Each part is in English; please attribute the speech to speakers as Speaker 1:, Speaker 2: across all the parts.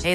Speaker 1: Hey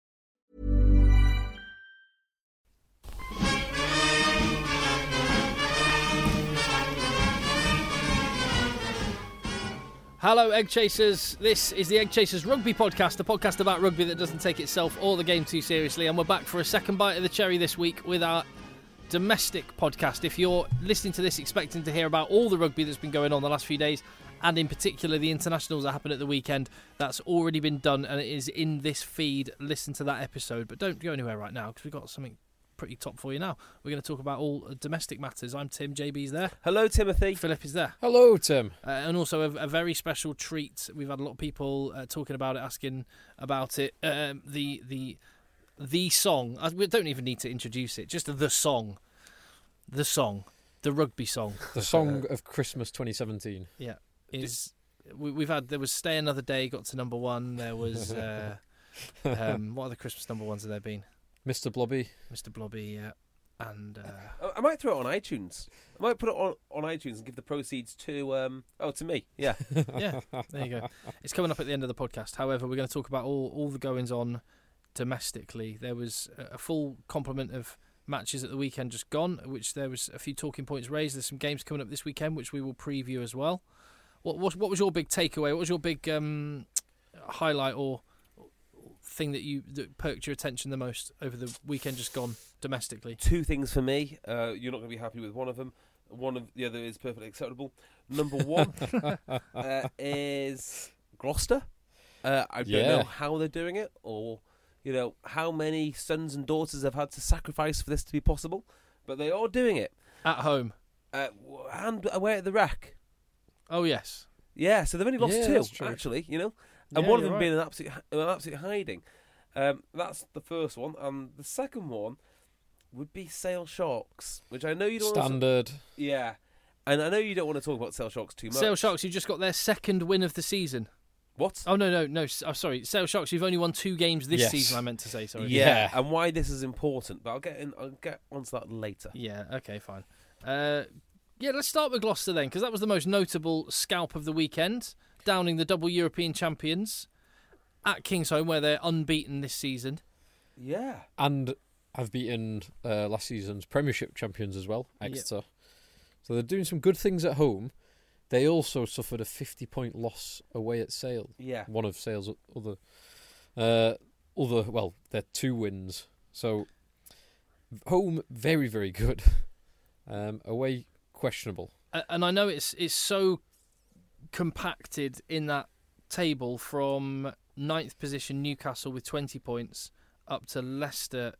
Speaker 2: Hello, Egg Chasers. This is the Egg Chasers Rugby Podcast, the podcast about rugby that doesn't take itself or the game too seriously. And we're back for a second bite of the cherry this week with our domestic podcast. If you're listening to this expecting to hear about all the rugby that's been going on the last few days, and in particular the internationals that happened at the weekend, that's already been done and it is in this feed. Listen to that episode, but don't go anywhere right now because we've got something pretty top for you now. We're going to talk about all domestic matters. I'm Tim, JB's there,
Speaker 3: Hello, Timothy.
Speaker 2: Philip is there.
Speaker 4: Hello, Tim.
Speaker 2: uh, and also a, a very special treat. We've had a lot of people uh, talking about it, asking about it. Um, the the the song. I, we don't even need to introduce it. Just the song, the song, the rugby song.
Speaker 4: The song of Christmas 2017.
Speaker 2: Yeah, is we, we've had there was Stay Another Day got to number one. There was uh, um, what other Christmas number ones have there been?
Speaker 4: Mr. Blobby.
Speaker 2: Mr. Blobby uh, and uh,
Speaker 3: I- I might throw it on iTunes. I might put it on, on iTunes and give the proceeds to um oh to me. Yeah.
Speaker 2: yeah, there you go. It's coming up at the end of the podcast. However, we're going to talk about all, all the goings on domestically. There was a a full complement of matches at the weekend just gone, which there was a few talking points raised. There's some games coming up this weekend, which we will preview as well. What what, what was your big takeaway? What was your big um, highlight or thing that you that perked your attention the most over the weekend just gone domestically?
Speaker 3: Two things for me. Uh, you're not going to be happy with one of them. One of the other is perfectly acceptable. Number one uh, is Gloucester. Uh, I don't
Speaker 4: Yeah.
Speaker 3: know how they're doing it, or you know how many sons and daughters have had to sacrifice for this to be possible, but they are doing it.
Speaker 2: At home.
Speaker 3: Uh, w- and away at the wreck.
Speaker 2: Oh yes.
Speaker 3: Yeah, so they've only lost
Speaker 4: Yeah, that's
Speaker 3: two
Speaker 4: true.
Speaker 3: actually. You know, and
Speaker 2: Yeah,
Speaker 3: one of
Speaker 2: you're
Speaker 3: them
Speaker 2: right.
Speaker 3: being an absolute an absolute hiding. Um, that's the first one, and the second one would be Sale Sharks, which I know you don't. Want to,
Speaker 4: Standard.
Speaker 3: yeah, and I know you don't want to talk about Sale Sharks too much.
Speaker 2: Sale Sharks, you just got their second win of the season.
Speaker 3: What?
Speaker 2: Oh no no no! s- Oh, sorry, Sale Sharks. You've only won two games this
Speaker 4: Yes.
Speaker 2: season. I meant to say sorry.
Speaker 3: yeah.
Speaker 4: yeah.
Speaker 3: and why this is important, but I'll get in. I'll get onto that later.
Speaker 2: Yeah. Okay. Fine. Uh, yeah. Let's start with Gloucester then, because that was the most notable scalp of the weekend, downing the double European champions at Kingsholm, where they're unbeaten this season.
Speaker 3: Yeah,
Speaker 4: And I've beaten uh, last season's Premiership champions as well,
Speaker 2: Yeah.
Speaker 4: Exeter. So they're doing some good things at home. They also suffered a 50 point loss away at Sale.
Speaker 3: yeah.
Speaker 4: One of Sale's o- other, uh, other well, they're two wins. So home, very, very good. Um, away, questionable.
Speaker 2: A- and I know it's it's so compacted in that table from ninth position Newcastle with twenty points up to Leicester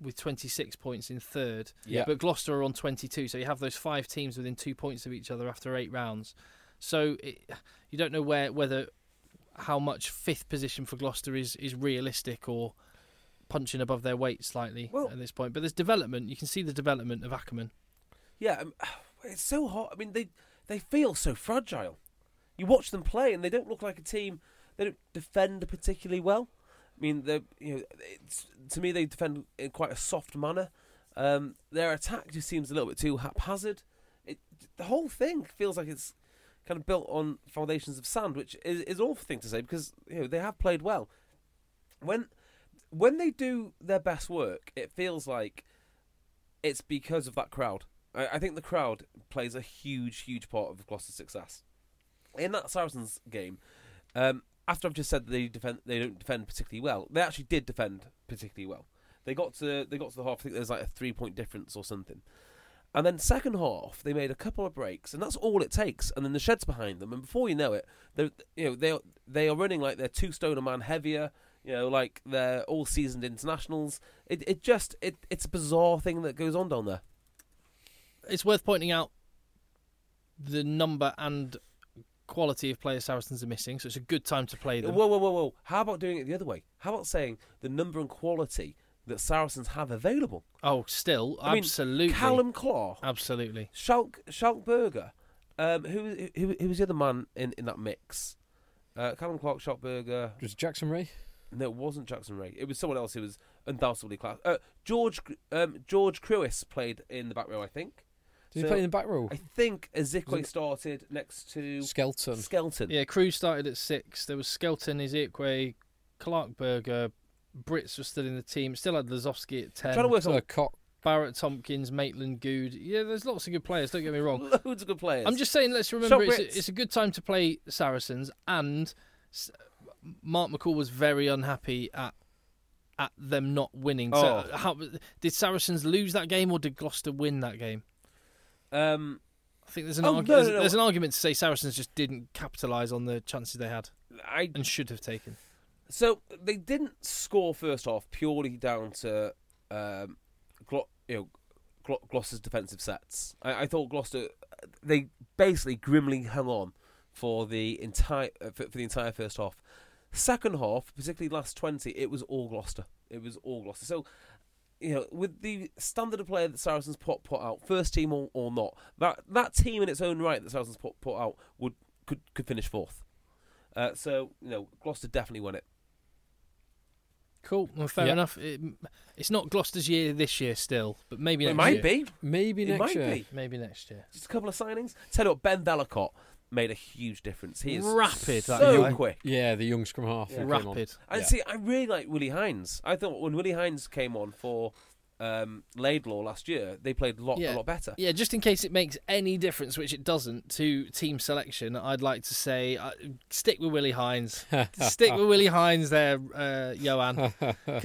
Speaker 2: with twenty six points in third.
Speaker 4: Yeah.
Speaker 2: But Gloucester are on twenty two, so you have those five teams within two points of each other after eight rounds. So it, you don't know where whether how much fifth position for Gloucester is is realistic or punching above their weight slightly
Speaker 3: Well-
Speaker 2: at this point. But there's development. You can see the development of Ackerman.
Speaker 3: Yeah, um, it's so hot. I mean, they they feel so fragile. You watch them play, and they don't look like a team. They don't defend particularly well. I mean, they you know, it's, to me they defend in quite a soft manner. Um, their attack just seems a little bit too haphazard. It, the whole thing feels like it's kind of built on foundations of sand, which is is an awful thing to say because you know they have played well. When when they do their best work, it feels like it's because of that crowd. I, I think the crowd plays a huge, huge part of Gloucester's success. In that Saracens game, um, after I've just said that they defend, they don't defend particularly well. They actually did defend particularly well. They got to they got to the half. I think there's like a three point difference or something. And then second half, they made a couple of breaks, and that's all it takes. And then the sheds behind them, and before you know it, they you know they they are running like they're two stone a man heavier. You know, like they're all seasoned internationals. It it just it it's a bizarre thing that goes on down there.
Speaker 2: It's worth pointing out the number and quality of players Saracens are missing, so it's a good time to play them.
Speaker 3: Whoa, whoa, whoa, whoa! How about doing it the other way? How about saying the number and quality that Saracens have available?
Speaker 2: Oh, still,
Speaker 3: I mean,
Speaker 2: absolutely,
Speaker 3: Callum Clark,
Speaker 2: absolutely.
Speaker 3: Schalk, Schalkberger. Um, who, who who was the other man in, in that mix? Uh, Callum Clark, Schalkberger.
Speaker 4: Was it Jackson Ray?
Speaker 3: No, it wasn't Jackson Ray. It was someone else who was undoubtedly class. Uh, George um, George Cruis played in the back row, I think.
Speaker 4: Did
Speaker 3: So,
Speaker 4: he play in the back row?
Speaker 3: I think Ezekwe
Speaker 4: Wasn't-
Speaker 3: started next to
Speaker 4: Skelton.
Speaker 3: Skelton.
Speaker 2: Yeah, Crew started at six. There was Skelton, Izikwe, Clarkberger, Brits were still in the team. Still had Lazowski at ten.
Speaker 3: Trying to work
Speaker 4: Uh,
Speaker 3: on
Speaker 4: Cock.
Speaker 2: Barrett Tompkins, Maitland Good. Yeah, there's lots of good players. Don't get me wrong.
Speaker 3: loads of good players.
Speaker 2: I'm just saying, let's remember it's
Speaker 3: Brits.
Speaker 2: a, it's a good time to play Saracens. And S- Mark McCall was very unhappy at at them not winning. So
Speaker 3: Oh.
Speaker 2: how, did Saracens lose that game or did Gloucester win that game?
Speaker 3: um,
Speaker 2: I think there's an
Speaker 3: Oh,
Speaker 2: argu-
Speaker 3: no, no,
Speaker 2: there's,
Speaker 3: no.
Speaker 2: there's an argument to say Saracens just didn't capitalise on the chances they had
Speaker 3: I
Speaker 2: and should have taken.
Speaker 3: So they didn't score first half purely down to um, Glo- you know, Glo- Gloucester's defensive sets. I, I thought Gloucester they basically grimly hung on for the entire uh, for, for the entire first half. Second half, particularly last twenty, it was all Gloucester. It was all Gloucester. So you know, with the standard of play that Saracens put put out, first team or, or not, that that team in its own right that Saracens put put out would could could finish fourth. Uh, so you know, Gloucester definitely won it.
Speaker 2: Cool. Well, fair
Speaker 4: Yeah.
Speaker 2: enough. It, it's not Gloucester's year this year still, but maybe
Speaker 3: it
Speaker 2: next
Speaker 3: might
Speaker 2: year.
Speaker 3: be.
Speaker 4: Maybe
Speaker 3: It
Speaker 4: next
Speaker 3: might
Speaker 4: year.
Speaker 3: be.
Speaker 2: Maybe next year.
Speaker 3: Just a couple of signings. Tell you what, Ben Vellacott made a huge difference. He is
Speaker 2: Rapid, that
Speaker 3: so
Speaker 2: guy.
Speaker 3: quick.
Speaker 4: Yeah, the young scrum half. who came on.
Speaker 2: Rapid.
Speaker 3: And
Speaker 4: Yeah.
Speaker 3: see, I really like Willie Hines. I thought when Willie Hines came on for um, Laidlaw last year, they played a lot, a lot better.
Speaker 2: Yeah, just in case it makes any difference, which it doesn't, to team selection, I'd like to say uh, stick with Willie Hines. stick with Willie Hines there, uh, Johan.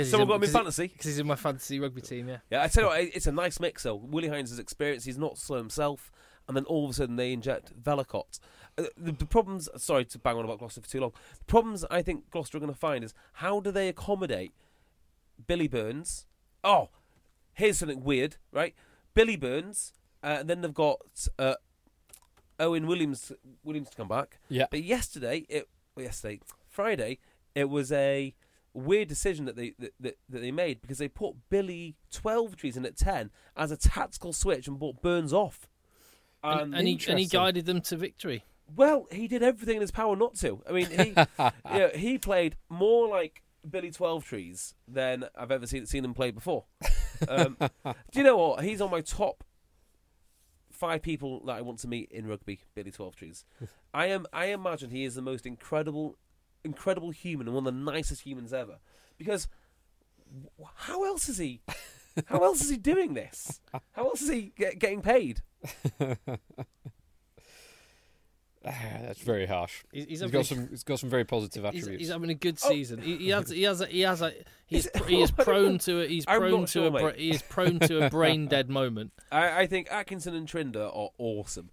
Speaker 3: Someone got him in fantasy.
Speaker 2: Because he's in my fantasy rugby team, yeah.
Speaker 3: Yeah, I tell you what, it- it's a nice mix though. Willie Hines is experienced; he's not slow himself, and then all of a sudden they inject Velikot. Uh, the, the problems, sorry to bang on about Gloucester for too long. The problems I think Gloucester are going to find is how do they accommodate Billy Burns? Oh, here's something weird, right? Billy Burns, uh, and then they've got uh, Owen Williams Williams to come back.
Speaker 4: Yeah.
Speaker 3: But yesterday, it well, yesterday Friday, it was a weird decision that they that, that, that they made because they put Billy twelve trees in at ten as a tactical switch and brought Burns off. Um,
Speaker 2: And, and, he, and he
Speaker 4: Interesting.
Speaker 2: guided them to victory.
Speaker 3: Well, he did everything in his power not to. I mean, he you know, he played more like Billy Twelve Trees than I've ever seen seen him play before. Um, do you know what? He's on my top five people that I want to meet in rugby. Billy Twelve Trees. I am. I imagine he is the most incredible, incredible human and one of the nicest humans ever. Because wh- how else is he? How else is he doing this? How else is he get, getting paid?
Speaker 4: Ah, That's very harsh.
Speaker 2: He's- he's
Speaker 4: he's got
Speaker 2: obviously-
Speaker 4: some. He's got some very positive
Speaker 2: He's,
Speaker 4: attributes.
Speaker 2: he's having a good season. He, he has, he has, a, he has, a, he is,
Speaker 3: Oh. Is-
Speaker 2: pr- he is prone to it. He's
Speaker 3: I'm
Speaker 2: prone
Speaker 3: not
Speaker 2: to
Speaker 3: sure,
Speaker 2: a, bra-
Speaker 3: mate.
Speaker 2: he is prone to a brain dead moment.
Speaker 3: I, I think Atkinson and Trinder are awesome.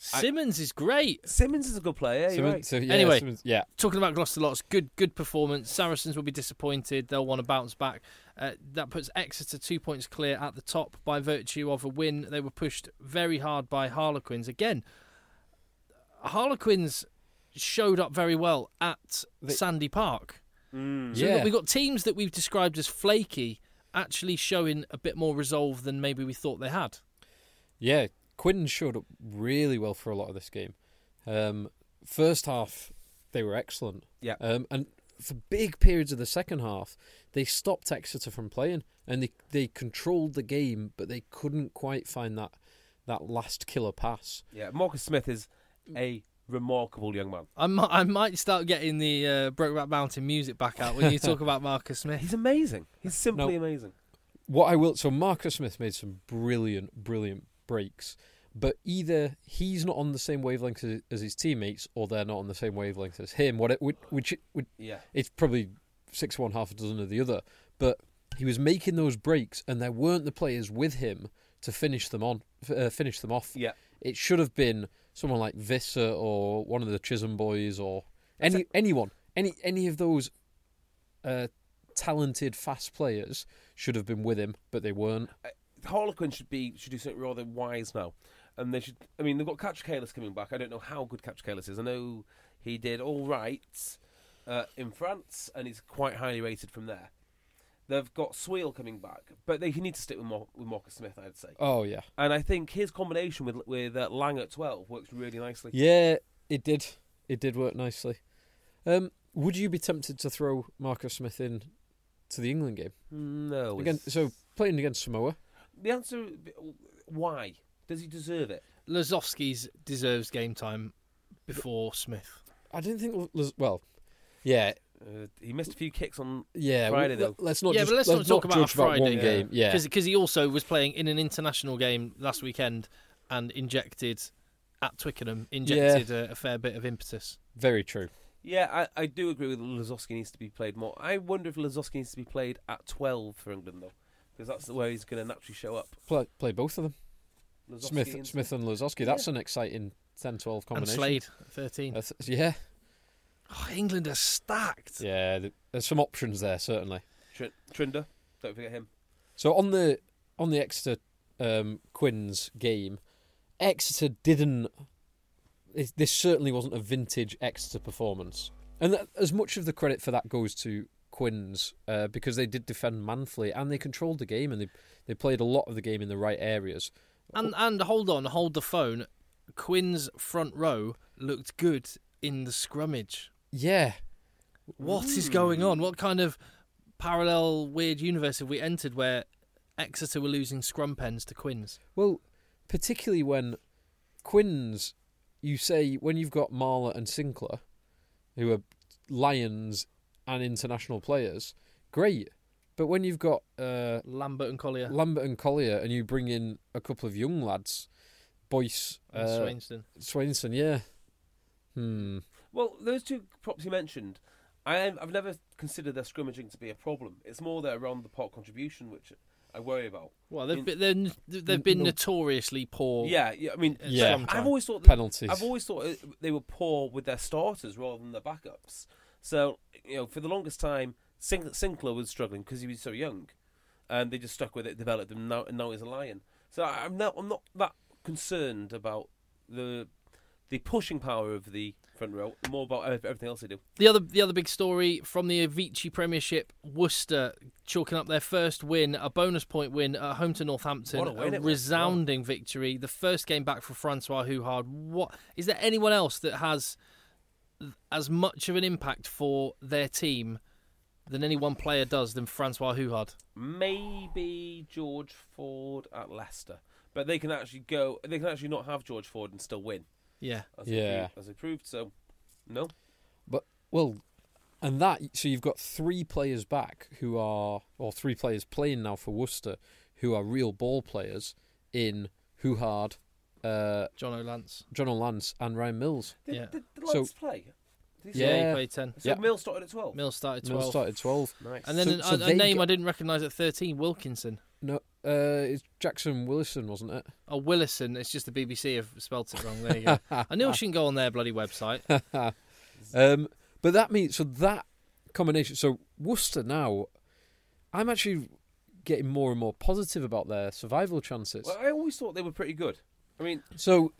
Speaker 2: Simmons is great.
Speaker 3: Simmons is a good player.
Speaker 4: So-
Speaker 3: You're right.
Speaker 4: so, yeah,
Speaker 2: Anyway.
Speaker 4: so- yeah,
Speaker 2: talking about Gloucester lots, good good performance. Saracens will be disappointed; they'll want to bounce back. Uh, that puts Exeter two points clear at the top by virtue of a win. They were pushed very hard by Harlequins again. Harlequins showed up very well at Sandy Park. So
Speaker 4: yeah.
Speaker 2: we've got teams that we've described as flaky actually showing a bit more resolve than maybe we thought they had.
Speaker 4: Yeah, Quinn showed up really well for a lot of this game. Um, first half, they were excellent.
Speaker 3: Yeah.
Speaker 4: Um, and for big periods of the second half, they stopped Exeter from playing and they, they controlled the game, but they couldn't quite find that that last killer pass.
Speaker 3: Yeah, Marcus Smith is a remarkable young man.
Speaker 2: I might, I might start getting the uh, Brokeback Mountain music back out when you talk about Marcus Smith.
Speaker 3: He's amazing. He's simply
Speaker 4: Uh, No.
Speaker 3: amazing.
Speaker 4: What I will so Marcus Smith made some brilliant, brilliant breaks. But either he's not on the same wavelength as, as his teammates, or they're not on the same wavelength as him. What it, which, which, which
Speaker 3: Yeah.
Speaker 4: it's probably six of one, half a dozen of the other. But he was making those breaks, and there weren't the players with him to finish them on, f- uh, finish them off.
Speaker 3: Yeah.
Speaker 4: It should have been someone like Visser or one of the Chisholm boys or any anyone, any any of those uh, talented fast players should have been with him, but they weren't.
Speaker 3: Harlequin should be should do something rather wise now, and they should. I mean, they've got Catch Kalis coming back. I don't know how good Catch Kalis is. I know he did all right uh, in France, and he's quite highly rated from there. They've got Sweel coming back, but they need to stick with Mar- with Marcus Smith, I'd say.
Speaker 4: Oh yeah,
Speaker 3: And I think his combination with with uh, Lang at twelve works really nicely.
Speaker 4: yeah, it did, it did work nicely. Um, would you be tempted to throw Marcus Smith in to the England game?
Speaker 3: No,
Speaker 4: Again,
Speaker 3: it's-
Speaker 4: so playing against Samoa,
Speaker 3: the answer why does he deserve it?
Speaker 2: Lazowski's deserves game time before Smith.
Speaker 4: I didn't think. L- Liz- Well, yeah,
Speaker 3: Uh, he missed a few kicks on.
Speaker 4: yeah.
Speaker 3: Friday,
Speaker 4: w-
Speaker 3: though.
Speaker 4: Let's not.
Speaker 2: yeah,
Speaker 4: just,
Speaker 2: but let's, not talk about
Speaker 4: judge
Speaker 2: a Friday
Speaker 4: one game. Yeah,
Speaker 2: because he also was playing in an international game last weekend and injected at Twickenham injected a, a fair bit of impetus.
Speaker 4: very true.
Speaker 3: Yeah, I, I do agree with Lazowski needs to be played more. I wonder if Lazowski needs to be played at twelve for England though, because that's where he's going to naturally show up.
Speaker 4: Play, play both of them.
Speaker 3: Lazowski
Speaker 4: Smith,
Speaker 3: and-
Speaker 4: Smith and Lazowski. That's an exciting 10-12 combination.
Speaker 2: And Slade at thirteen.
Speaker 4: I th- yeah,
Speaker 2: Oh, England are stacked.
Speaker 4: yeah. th- There's some options there certainly.
Speaker 3: Tr- Trinder. Don't forget him.
Speaker 4: So on the on the Exeter um, Quins game, Exeter didn't. This this certainly wasn't a vintage Exeter performance, and that, as much of the credit for that goes to Quins uh, because they did defend manfully and they controlled the game and they they played a lot of the game in the right areas.
Speaker 2: And and hold on, hold the phone. Quinn's front row looked good in the scrummage.
Speaker 4: Yeah,
Speaker 2: What is going
Speaker 4: Mm.
Speaker 2: on? What kind of parallel weird universe have we entered where Exeter were losing scrum pens to Quinn's?
Speaker 4: well, particularly when Quins, you say when you've got Marla and Sinclair, who are Lions and international players, great. But when you've got uh,
Speaker 2: Lambert and Collier
Speaker 4: Lambert and Collier, and you bring in a couple of young lads, Boyce,
Speaker 2: and
Speaker 4: uh,
Speaker 2: Swainston.
Speaker 4: Swainson, yeah. Hmm.
Speaker 3: Well, those two props you mentioned, I am, I've never considered their scrimmaging to be a problem. It's more their around the pot contribution which I worry about.
Speaker 2: Well, they've
Speaker 3: in-
Speaker 2: been, they're n- they've been notoriously poor.
Speaker 3: Yeah, yeah. I mean,
Speaker 2: at
Speaker 4: Yeah.
Speaker 2: scrum time.
Speaker 3: I've always thought
Speaker 4: Penalties.
Speaker 3: I've always thought it- they were poor with their starters rather than their backups. So you know, for the longest time, Sink- Sinclair was struggling because he was so young, and they just stuck with it, developed him, now, and now he's a lion. So I- I'm not I'm not that concerned about the the pushing power of the front row, more about ev- everything else they do.
Speaker 2: The other the other big story from the Avicii Premiership, Worcester chalking up their first win, a bonus point win at home to Northampton,
Speaker 3: What a win it was.
Speaker 2: resounding victory, the first game back for Francois Houhard. What is there anyone else that has as much of an impact for their team than any one player does than Francois Houhard?
Speaker 3: Maybe George Ford at Leicester, but they can actually go. They can actually not have George Ford and still win.
Speaker 2: Yeah.
Speaker 3: As
Speaker 4: Yeah.
Speaker 3: they, as they proved. So no,
Speaker 4: But well, and that so you've got three players back who are or three players playing now for Worcester who are real ball players in Huhard, uh,
Speaker 2: John O'Lance.
Speaker 4: John O'Lance, and Ryan Mills.
Speaker 3: did,
Speaker 2: Yeah.
Speaker 3: did the
Speaker 4: So-
Speaker 3: lads play? Did he
Speaker 2: Yeah,
Speaker 4: Yeah.
Speaker 2: he played ten.
Speaker 3: So
Speaker 4: Yeah.
Speaker 3: Mill started at 12.
Speaker 2: Mills started twelve.
Speaker 4: Mills started twelve.
Speaker 3: Nice.
Speaker 2: And then
Speaker 4: So-
Speaker 2: an-
Speaker 4: so
Speaker 2: a, a
Speaker 4: they
Speaker 2: name
Speaker 4: get-
Speaker 2: I didn't recognise at thirteen, Wilkinson.
Speaker 4: No, uh, it's Jackson Willison, wasn't it?
Speaker 2: Oh, Willison. It's just the BBC have spelt it wrong. There you go. I knew I shouldn't go on their bloody website.
Speaker 4: Um, but that means so that combination. So Worcester now, I'm actually getting more and more positive about their survival chances.
Speaker 3: well, I always thought they were pretty good. I mean,
Speaker 4: So,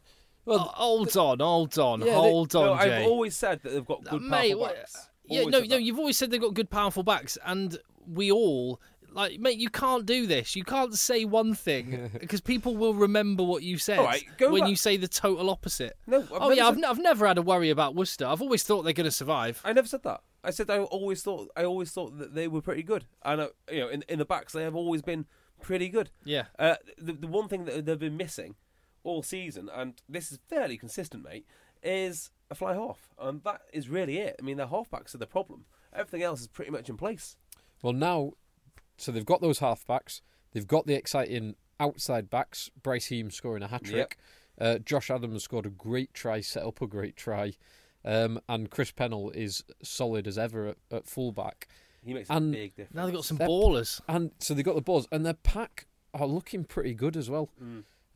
Speaker 2: Oh,
Speaker 4: well,
Speaker 2: hold on, hold on,
Speaker 4: Yeah, they-
Speaker 2: hold
Speaker 3: no,
Speaker 2: on,
Speaker 3: I've
Speaker 2: Jay.
Speaker 3: always said that they've got
Speaker 2: Uh,
Speaker 3: good
Speaker 2: mate,
Speaker 3: powerful
Speaker 2: what-
Speaker 3: backs.
Speaker 2: yeah,
Speaker 3: Always
Speaker 2: no,
Speaker 3: said
Speaker 2: no.
Speaker 3: that.
Speaker 2: You've always said they've got good, powerful backs, and we all like, mate. You can't do this. You can't say one thing because people will remember what you said
Speaker 3: All right, go
Speaker 2: when
Speaker 3: back-
Speaker 2: you say the total opposite.
Speaker 3: No, I've
Speaker 2: oh
Speaker 3: never
Speaker 2: yeah, I've,
Speaker 3: said-
Speaker 2: n- I've never had a worry about Worcester. I've always thought they're going to survive.
Speaker 3: I never said that. I said I always thought I always thought that they were pretty good, and uh, you know, in in the backs they have always been pretty good.
Speaker 2: Yeah.
Speaker 3: Uh, the the one thing that they've been missing all season, and this is fairly consistent, mate, is a fly half, and that is really it. I mean, their halfbacks are the problem. Everything else is pretty much in place.
Speaker 4: well now, so they've got those halfbacks. They've got the exciting outside backs. Bryce Heem scoring a hat trick. Uh, Josh Adams scored a great try, set up a great try. Um, and Chris Pennell is solid as ever at, at fullback.
Speaker 3: He makes
Speaker 4: And-
Speaker 3: a big difference.
Speaker 2: Now they've got some
Speaker 4: They're-
Speaker 2: ballers.
Speaker 4: And so they got the balls, and their pack are looking pretty good as well.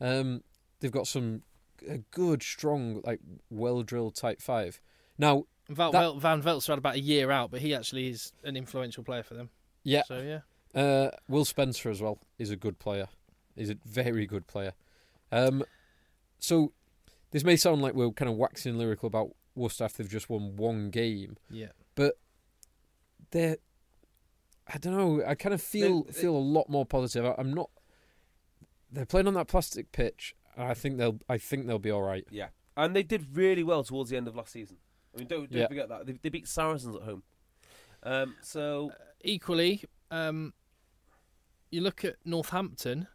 Speaker 4: Um, they've got some a good, strong, like well drilled type five. Now,
Speaker 2: Val,
Speaker 4: That-
Speaker 2: Vel- Van Velt's had about a year out, but he actually is an influential player for them.
Speaker 4: yeah,
Speaker 2: So yeah,
Speaker 4: uh, Will Spencer as well is a good player. Is a very good player. Um, so this may sound like we're kind of waxing lyrical about Worcester after they've just won one game,
Speaker 2: yeah.
Speaker 4: but they're I don't know. I kind of feel
Speaker 3: they-
Speaker 4: feel a lot more positive. I, I'm not. They're playing on that plastic pitch. And I think they'll. I think they'll be all right.
Speaker 3: Yeah, and they did really well towards the end of last season. I mean, don't, don't
Speaker 4: Yeah.
Speaker 3: forget that they, they beat Saracens at home. Um, so
Speaker 2: Equally, um, you look at Northampton.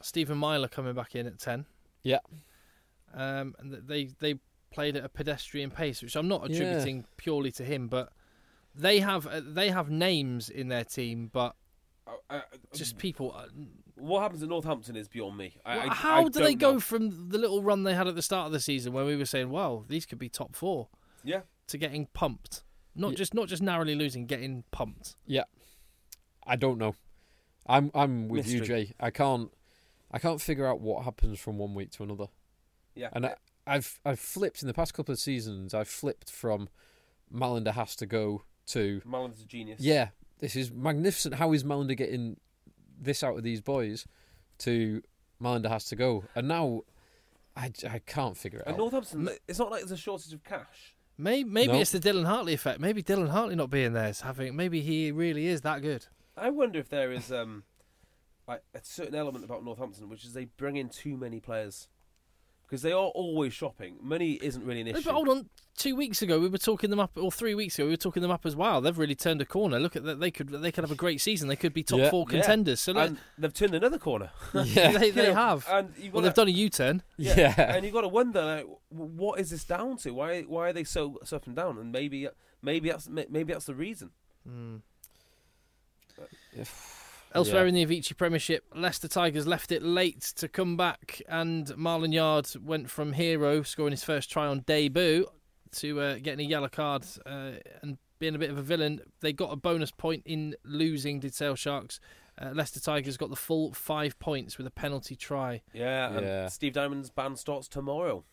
Speaker 2: Stephen Myler coming back in at ten.
Speaker 4: Yeah.
Speaker 2: um, and th- they they played at a pedestrian pace, which I'm not
Speaker 4: Yeah.
Speaker 2: attributing purely to him, but they have uh, they have names in their team, but
Speaker 3: uh, uh,
Speaker 2: just people. uh,
Speaker 3: what happens at Northampton is beyond me. I, I-
Speaker 2: how
Speaker 3: I
Speaker 2: do they
Speaker 3: don't
Speaker 2: go
Speaker 3: know.
Speaker 2: from the little run they had at the start of the season, where we were saying, "Wow, these could be top four
Speaker 3: yeah,
Speaker 2: to getting pumped, not
Speaker 4: Ye-
Speaker 2: just not just narrowly losing, getting pumped.
Speaker 4: Yeah, I don't know. I'm. I'm with you,
Speaker 3: Mystery.
Speaker 4: Jay. I can't. I can't figure out what happens from one week to another.
Speaker 3: yeah,
Speaker 4: And I, I've I've flipped in the past couple of seasons. I've flipped from Malander has to go to
Speaker 3: Malin's a genius.
Speaker 4: yeah, this is magnificent. How is Malander getting this out of these boys? To Malander has to go, and now I, j- I can't figure it
Speaker 3: and
Speaker 4: out.
Speaker 3: Northampton, it's not like there's a shortage of cash.
Speaker 2: Maybe, maybe
Speaker 4: No.
Speaker 2: it's the Dylan Hartley effect. Maybe Dylan Hartley not being there is having. Maybe he really is that good.
Speaker 3: I wonder if there is um, like a certain element about Northampton, which is they bring in too many players because they are always shopping. Money isn't really an
Speaker 2: No,
Speaker 3: issue.
Speaker 2: But hold on, two weeks ago we were talking them up, or three weeks ago we were talking them up as wow. They've really turned a corner. Look at that. They could they could have a great season. They could be top
Speaker 4: Yeah.
Speaker 2: four
Speaker 3: Yeah.
Speaker 2: contenders. So look,
Speaker 3: and they've turned another corner.
Speaker 4: yeah,
Speaker 2: they, they
Speaker 3: You know,
Speaker 2: have.
Speaker 3: and you've
Speaker 2: well,
Speaker 3: got
Speaker 2: they've done a U turn.
Speaker 4: yeah,
Speaker 3: and you got to wonder like, w- what is this down to? Why why are they so so up and down? And maybe maybe that's may- maybe that's the reason.
Speaker 2: Elsewhere
Speaker 4: Yeah.
Speaker 2: in the Avicii Premiership, Leicester Tigers left it late to come back, and Marlon Yard went from hero, scoring his first try on debut, to uh, getting a yellow card uh, and being a bit of a villain. They got a bonus point in losing, did Sale Sharks. Uh, Leicester Tigers got the full five points with a penalty try.
Speaker 3: Yeah,
Speaker 4: Yeah.
Speaker 3: and Steve Diamond's ban starts tomorrow.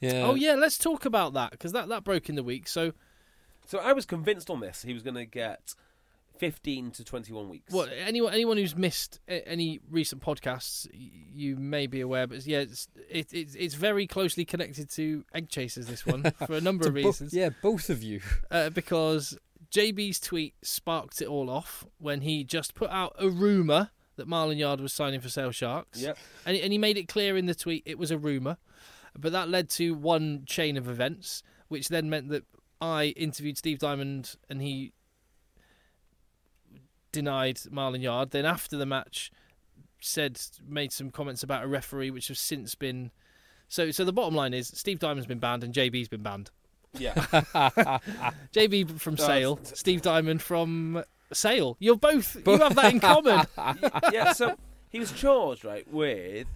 Speaker 4: yeah.
Speaker 2: oh, yeah, let's talk about that because that, that broke in the week. So,
Speaker 3: So I was convinced on this he was going to get 15 to 21 weeks.
Speaker 2: Well, anyone anyone who's missed a- any recent podcasts, y- you may be aware, but yeah, it's it, it's it's very closely connected to egg chasers. This one for a number
Speaker 4: To
Speaker 2: of
Speaker 4: bo-
Speaker 2: reasons,
Speaker 4: yeah, both of you.
Speaker 2: uh, because JB's tweet sparked it all off when he just put out a rumor that Marlon Yard was signing for Sale Sharks.
Speaker 3: Yep.
Speaker 2: and and he made it clear in the tweet it was a rumor, but that led to one chain of events, which then meant that I interviewed Steve Diamond and he denied Marlon Yard. Then after the match, said made some comments about a referee, which has since been. So so the bottom line is Steve Diamond's been banned and JB's been banned.
Speaker 3: yeah,
Speaker 2: JB from
Speaker 3: That's-
Speaker 2: Sale, Steve Diamond from Sale. You're both you have that in common.
Speaker 3: yeah. So he was charged right with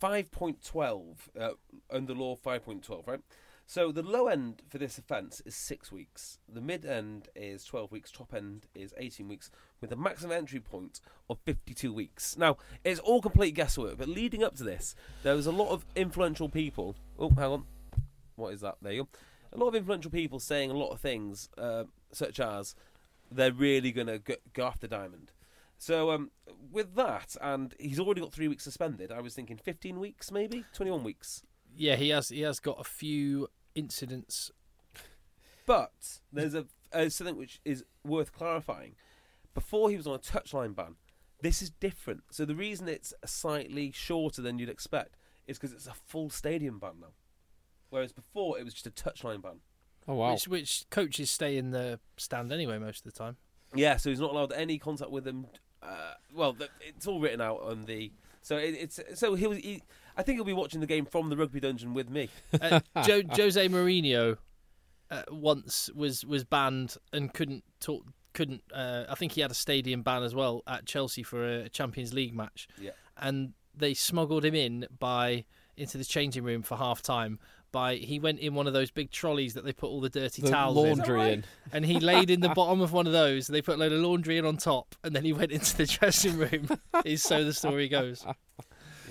Speaker 3: 5.12 uh, under law 5.12, right? So the low end for this offence is six weeks. The mid end is 12 weeks. Top end is 18 weeks, with a maximum entry point of 52 weeks. Now it's all complete guesswork, but leading up to this, there was a lot of influential people. Oh, hang on, what is that? There you go. A lot of influential people saying a lot of things, uh, such as they're really going to go after Diamond. So um, with that, and he's already got three weeks suspended. I was thinking 15 weeks, maybe 21 weeks.
Speaker 2: yeah, he has he has got a few incidents.
Speaker 3: But there's a uh, something which is worth clarifying. Before he was on a touchline ban. This is different. So the reason it's slightly shorter than you'd expect is because it's a full stadium ban now, whereas before it was just a touchline ban.
Speaker 4: Oh wow.
Speaker 2: Which which coaches stay in the stand anyway most of the time.
Speaker 3: Yeah, so he's not allowed any contact with them. Uh, well, th- it's all written out on the. So it, it's so he was. He, I think he'll be watching the game from the rugby dungeon with me.
Speaker 2: Uh, jo- Jose Mourinho uh, once was was banned and couldn't talk couldn't. Uh, I think he had a stadium ban as well at Chelsea for a Champions League match,
Speaker 3: Yeah.
Speaker 2: and they smuggled him in by into the changing room for half time. By he went in one of those big trolleys that they put all the dirty
Speaker 4: The
Speaker 2: towels in
Speaker 4: laundry in.
Speaker 2: and he laid in the bottom of one of those. and They put a load of laundry in on top, and then he went into the dressing room. is so the story goes.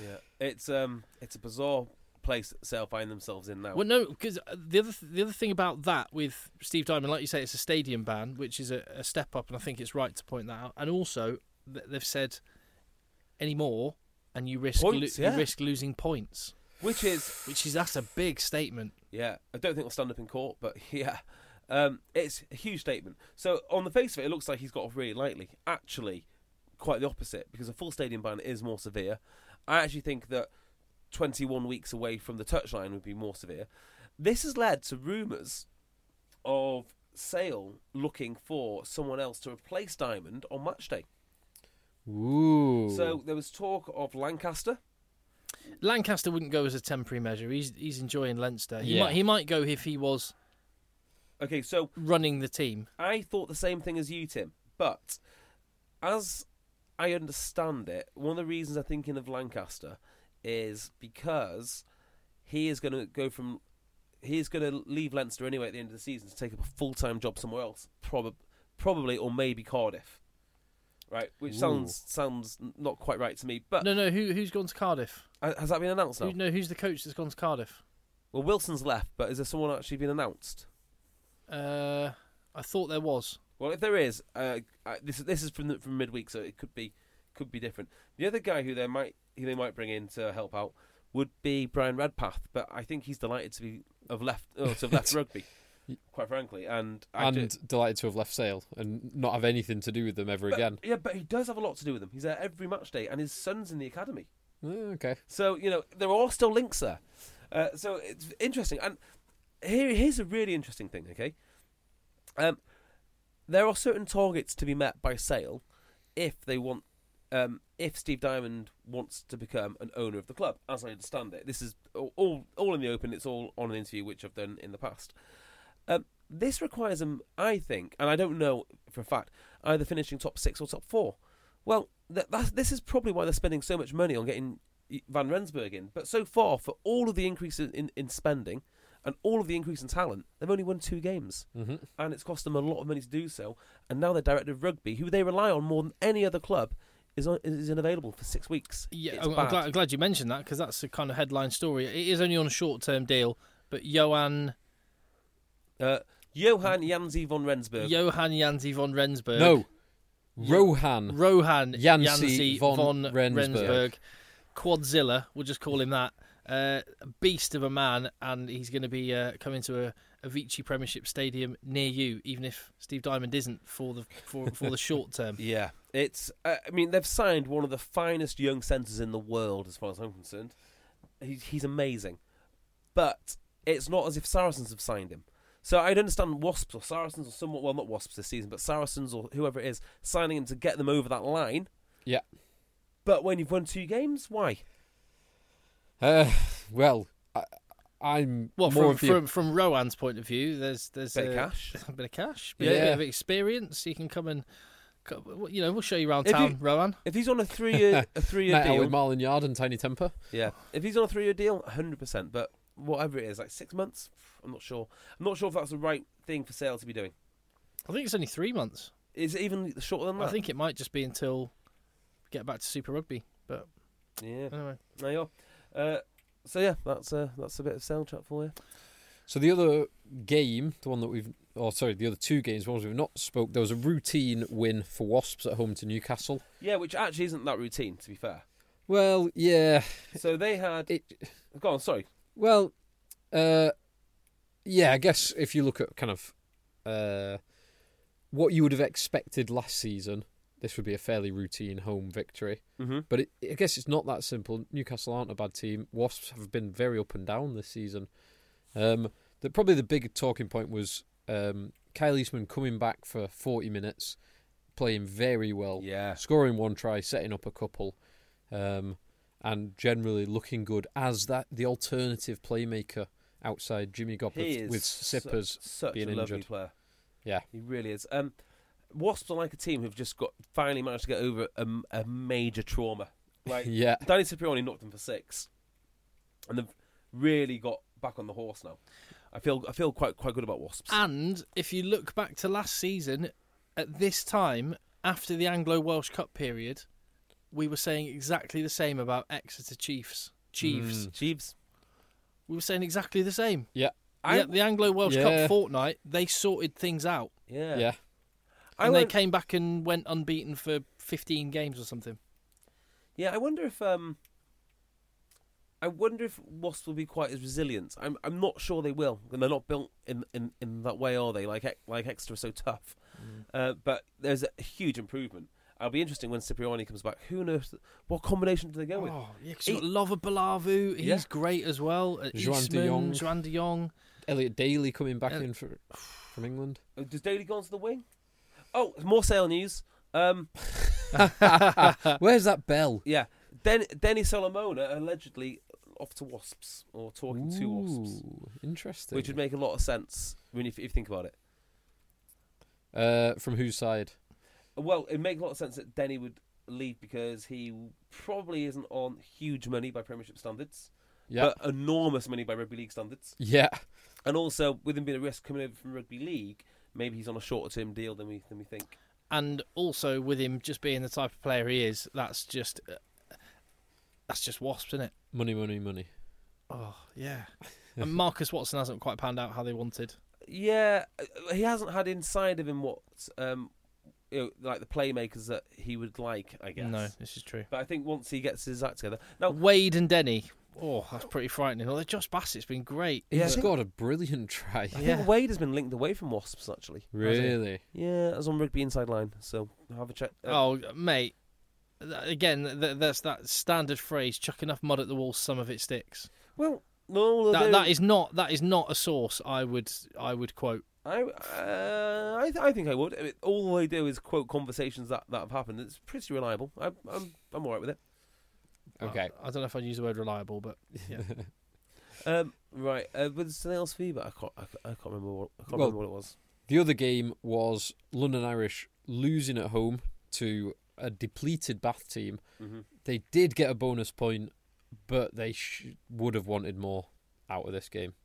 Speaker 3: Yeah, it's um, it's a bizarre place that Sale find themselves in now.
Speaker 2: Well, no, because the other th- the other thing about that with Steve Diamond, like you say, it's a stadium ban, which is a, a step up, and I think it's right to point that out. And also, th- they've said any more, and you risk
Speaker 3: Points, yeah.
Speaker 2: you risk losing points,
Speaker 3: Which is,
Speaker 2: which is that's a big statement.
Speaker 3: yeah, I don't think it'll stand up in court, but yeah, um, it's a huge statement. So on the face of it, it looks like he's got off really lightly. Actually, quite the opposite because a full stadium ban is more severe. I actually think that 21 weeks away from the touchline would be more severe. This has led to rumours of Sale looking for someone else to replace Diamond on match day.
Speaker 4: Ooh.
Speaker 3: So there was talk of Lancaster.
Speaker 2: Lancaster wouldn't go as a temporary measure. He's he's enjoying Leinster. He
Speaker 4: Yeah.
Speaker 2: might he might go if he was
Speaker 3: Okay, so
Speaker 2: running the team.
Speaker 3: I thought the same thing as you, Tim. But as I understand it, one of the reasons I'm thinking of Lancaster is because he is going to go from he is going to leave Leinster anyway at the end of the season to take up a full time job somewhere else, probably, probably or maybe Cardiff. Right, which sounds sounds not quite right to me. But
Speaker 2: No, no, who who's gone to Cardiff?
Speaker 3: has that been announced now?
Speaker 2: Who, no, who's the coach that's gone to Cardiff?
Speaker 3: Well, Wilson's left, but is there someone actually been announced?
Speaker 2: Uh, I thought there was.
Speaker 3: Well, if there is, uh, I- this this is from the, from midweek, so it could be could be different. The other guy who they might who they might bring in to help out would be Brian Radpath, but I think he's delighted to be of left oh, to have left rugby, quite frankly. And I do-
Speaker 4: and delighted to have left Sale and not have anything to do with them ever
Speaker 3: but-
Speaker 4: again.
Speaker 3: yeah, but he does have a lot to do with them. He's there every match day, and his son's in the academy.
Speaker 4: Mm, Okay.
Speaker 3: So you know there are still links there. Uh, so it's interesting, and here here's a really interesting thing. Okay, um, there are certain targets to be met by Sale if they want, um, if Steve Diamond wants to become an owner of the club. As I understand it, this is all- all all in the open. It's all on an interview which I've done in the past. Um, this requires him, I think, and I don't know for a fact, either finishing top six or top four. Well, that, that's, this is probably why they're spending so much money on getting Van Rensburg in. But so far, for all of the increase in, in, in spending and all of the increase in talent, they've only won two games. Mm-hmm. And it's cost them a lot of money to do so. And now their director of rugby, who they rely on more than any other club, is, on, is unavailable for six weeks.
Speaker 2: Yeah,
Speaker 3: It's
Speaker 2: I'm, I'm
Speaker 3: bad.
Speaker 2: glad, I'm glad you mentioned that because that's the kind of headline story. It is only on a short term deal, but Johan
Speaker 3: Uh, Johan Janzi von Rensburg.
Speaker 2: Johan Janzi von Rensburg,
Speaker 4: No. Rohan.
Speaker 2: Rohan
Speaker 4: Janzi
Speaker 2: Janzi
Speaker 4: von
Speaker 2: von,
Speaker 4: Rensburg.
Speaker 2: Rensburg. Quadzilla, we'll just call him that. Uh, a beast of a man, and he's going to be uh, coming to a Avicii Premiership Stadium near you, even if Steve Diamond isn't for the for, for the short term.
Speaker 3: Yeah, it's. Uh, I mean, they've signed one of the finest young centres in the world, as far as I'm concerned. He, he's amazing, but it's not as if Saracens have signed him. So I'd understand Wasps or Saracens or someone. Well, not Wasps this season, but Saracens or whoever it is signing him to get them over that line.
Speaker 4: Yeah.
Speaker 3: But when you've won two games, why?
Speaker 4: Uh, well, I, I'm
Speaker 2: Well,
Speaker 4: more
Speaker 2: from,
Speaker 4: of the
Speaker 2: from from Rohan's point of view, there's there's
Speaker 3: Bit
Speaker 2: a
Speaker 3: of cash.
Speaker 2: a bit of cash, bit, a bit
Speaker 4: Yeah.
Speaker 2: of experience. You can come and co- you know we'll show you around
Speaker 3: If
Speaker 2: town,
Speaker 3: you-
Speaker 2: Rohan.
Speaker 3: If he's on a three-year, a three-year
Speaker 4: met out with
Speaker 3: deal,
Speaker 4: Marlon Yard and Tiny Temper.
Speaker 3: yeah. If he's on a three-year deal, 100. percent But whatever it is, like six months, I'm not sure. I'm not sure if that's the right thing for Sale to be doing.
Speaker 2: I think it's only three months.
Speaker 3: Is it even shorter than that?
Speaker 2: I think it might just be until we get back to Super Rugby. But
Speaker 3: Yeah.
Speaker 2: anyway,
Speaker 3: There you are. Uh, so yeah, that's uh, that's a bit of sale chat for you.
Speaker 4: So the other game, the one that we've, oh sorry, the other two games, ones we've not spoke. There was a routine win for Wasps at home to Newcastle.
Speaker 3: Yeah, which actually isn't that routine, to be fair.
Speaker 4: Well, yeah,
Speaker 3: So they had.
Speaker 4: it.
Speaker 3: Go on, sorry.
Speaker 4: Well, uh, yeah, I guess if you look at kind of uh, what you would have expected last season, this would be a fairly routine home victory.
Speaker 3: Mhm.
Speaker 4: But it, I guess it's not that simple. Newcastle aren't a bad team. Wasps have been very up and down this season. Um, the, probably the big talking point was um, Kyle Eastman coming back for 40 minutes, playing very well,
Speaker 3: Yeah.
Speaker 4: scoring one try, setting up a couple, um, and generally looking good as that the alternative playmaker outside Jimmy Goblett with
Speaker 3: su-
Speaker 4: Sippers
Speaker 3: such
Speaker 4: being
Speaker 3: a lovely
Speaker 4: injured.
Speaker 3: player.
Speaker 4: Yeah.
Speaker 3: He really is. Um, Wasps are like a team who've just got finally managed to get over a, a major trauma. Like
Speaker 4: Yeah.
Speaker 3: Danny Cipriani knocked them for six, and they've really got back on the horse now. I feel I feel quite quite good about Wasps.
Speaker 2: And if you look back to last season, at this time, after the Anglo Welsh Cup period, we were saying exactly the same about Exeter Chiefs. Chiefs.
Speaker 3: Jeeves,
Speaker 2: We were saying exactly the same.
Speaker 4: Yeah.
Speaker 3: I-
Speaker 2: yeah, the Anglo Welsh Cup
Speaker 4: Yeah.
Speaker 2: fortnight, they sorted things out.
Speaker 3: yeah,
Speaker 4: Yeah.
Speaker 3: I
Speaker 2: and
Speaker 3: went-
Speaker 2: they came back and went unbeaten for 15 games or something.
Speaker 3: Yeah, I wonder if um, I wonder if Wasps will be quite as resilient. I'm I'm not sure they will, and they're not built in in, in that way, are they? Like Ex- like Exeter are so tough, uh, but there's a huge improvement. It'll be interesting when Cipriani comes back. Who knows what combination do they go with?
Speaker 2: Oh, yeah, 'cause you've
Speaker 3: He-
Speaker 2: got Lova Balavu. He's
Speaker 3: Yeah.
Speaker 2: great as well. Uh,
Speaker 4: Joan de
Speaker 2: Eastman,
Speaker 4: Jong.
Speaker 2: Joan de Jong.
Speaker 4: Elliot Daly coming back
Speaker 2: Yeah.
Speaker 4: in for, from England.
Speaker 3: Uh, Does Daly go onto the wing? Oh, more sale news. Um,
Speaker 4: Where's that bell?
Speaker 3: yeah, Den- Denny Solomona allegedly off to Wasps or talking to Wasps,
Speaker 4: Ooh, interesting.
Speaker 3: which would make a lot of sense. I mean, if, if you think about it.
Speaker 4: uh, from whose side?
Speaker 3: Well, it makes a lot of sense that Denny would leave because he probably isn't on huge money by Premiership standards,
Speaker 4: Yeah.
Speaker 3: but enormous money by Rugby League standards.
Speaker 4: yeah.
Speaker 3: And also, with him being a risk coming over from Rugby League, maybe he's on a shorter term deal than we than we think.
Speaker 2: and also with him just being the type of player he is, that's just uh, that's just wasps, isn't it?
Speaker 4: Money, money, money.
Speaker 2: Oh yeah. and Marcus Watson hasn't quite panned out how they wanted.
Speaker 3: Yeah, uh, he hasn't had inside of him what um, you know, like the playmakers that he would like, I guess.
Speaker 2: No, this is true.
Speaker 3: But I think once he gets his act together, now
Speaker 2: Wade and Denny. Oh, that's pretty frightening. Although Josh Bassett's been great.
Speaker 4: He
Speaker 3: Yeah, I think-
Speaker 4: scored a brilliant try.
Speaker 3: I
Speaker 2: Yeah.
Speaker 3: think Wade has been linked away from Wasps actually.
Speaker 4: Really?
Speaker 3: Yeah, as on Rugby Inside Line. So have a check. uh,
Speaker 2: Oh mate, Th- again th- that's that standard phrase: chuck enough mud at the wall, some of it sticks.
Speaker 3: Well, no,
Speaker 2: That,
Speaker 3: although-
Speaker 2: that is not that is not a source I would I would quote.
Speaker 3: I, uh, I, th- I think I would. I mean, all they do is quote conversations that, that have happened. It's pretty reliable. I, I'm I'm all right with it.
Speaker 4: Okay.
Speaker 2: I, I don't know if I'd use the word reliable, but yeah.
Speaker 3: Um, right, uh, but there's something else for you, but I can't I, ca- I can't remember what I can't
Speaker 4: Well-
Speaker 3: remember what it was.
Speaker 4: The other game was London Irish losing at home to a depleted Bath team. They did get a bonus point, but they sh- would have wanted more out of this game.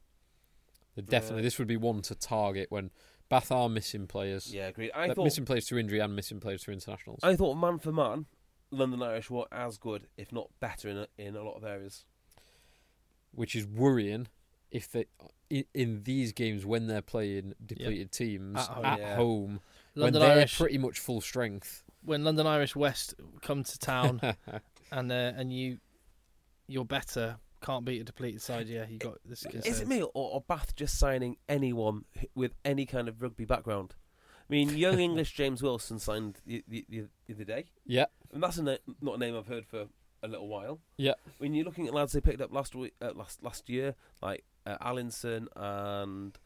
Speaker 4: They definitely, this would be one to target when Bath are missing players.
Speaker 3: Yeah, agreed. I
Speaker 4: Like,
Speaker 3: thought
Speaker 4: missing players to injury and missing players to internationals.
Speaker 3: I thought man for man, London Irish were as good, if not better, in a, in a lot of areas.
Speaker 4: which is worrying if they in, in these games when they're playing depleted teams
Speaker 2: At
Speaker 4: at
Speaker 2: home.
Speaker 4: home,
Speaker 3: Yeah.
Speaker 2: London
Speaker 4: when they're
Speaker 2: Irish-
Speaker 4: pretty much full strength.
Speaker 2: when London Irish West come to town and uh, and you you're better can't beat a depleted side. Yeah, you got this.
Speaker 3: Is it me or, or Bath just signing anyone h- with any kind of rugby background? I mean, young English James Wilson signed the, the, the other day.
Speaker 4: Yeah,
Speaker 3: And that's a na- not a name I've heard for a little while.
Speaker 4: yeah,
Speaker 3: when you're looking at lads they picked up last week, uh, last last year, like uh, Allinson and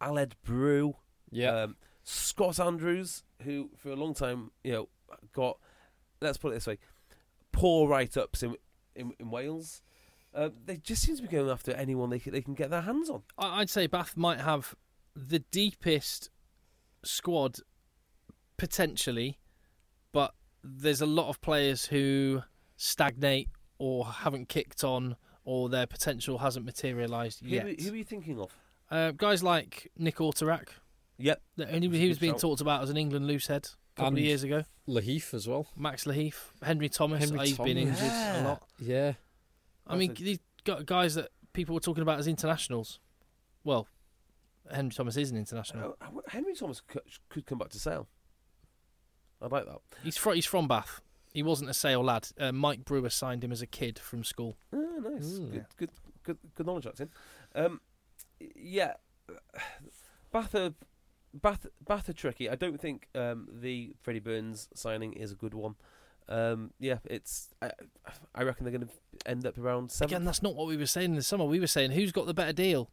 Speaker 3: Aled Brew,
Speaker 4: yeah.
Speaker 3: um, Scott Andrews, who for a long time you know got, let's put it this way, poor write ups in, in in Wales. Uh, they just seem to be going after anyone they can, they can get their hands on.
Speaker 2: I- I'd say Bath might have the deepest squad potentially, but there's a lot of players who stagnate or haven't kicked on or their potential hasn't materialised
Speaker 3: Who,
Speaker 2: yet.
Speaker 3: were- who are you thinking of?
Speaker 2: Uh, guys like Nick Autorak,
Speaker 3: Yep,
Speaker 2: he,
Speaker 3: That's a
Speaker 2: he was
Speaker 3: good
Speaker 2: being
Speaker 3: shout.
Speaker 2: talked about as an England loosehead a couple of
Speaker 4: And-
Speaker 2: years ago.
Speaker 4: Lahif as well.
Speaker 2: Max Laheath, Henry Thomas.
Speaker 4: Henry
Speaker 2: uh, he's been
Speaker 4: Thomas.
Speaker 2: injured a lot.
Speaker 4: Yeah,
Speaker 2: I mean,
Speaker 3: That's
Speaker 2: these gu- guys that people were talking about as internationals. Well, Henry Thomas is an international.
Speaker 3: Uh, Henry Thomas could, could come back to Sale. I like that.
Speaker 2: He's from he's from Bath. He wasn't a Sale lad. Uh, Mike Brewer signed him as a kid from school.
Speaker 3: Oh, nice.
Speaker 4: Mm.
Speaker 3: Good, good, good, good knowledge, that's in. Um, y- yeah, Bath are, Bath, Bath are tricky. I don't think um, the Freddie Burns signing is a good one. Um, yeah, it's. I, I reckon they're going to end up around seven.
Speaker 2: Again, that's not what we were saying in the summer. We were saying who's got the better deal,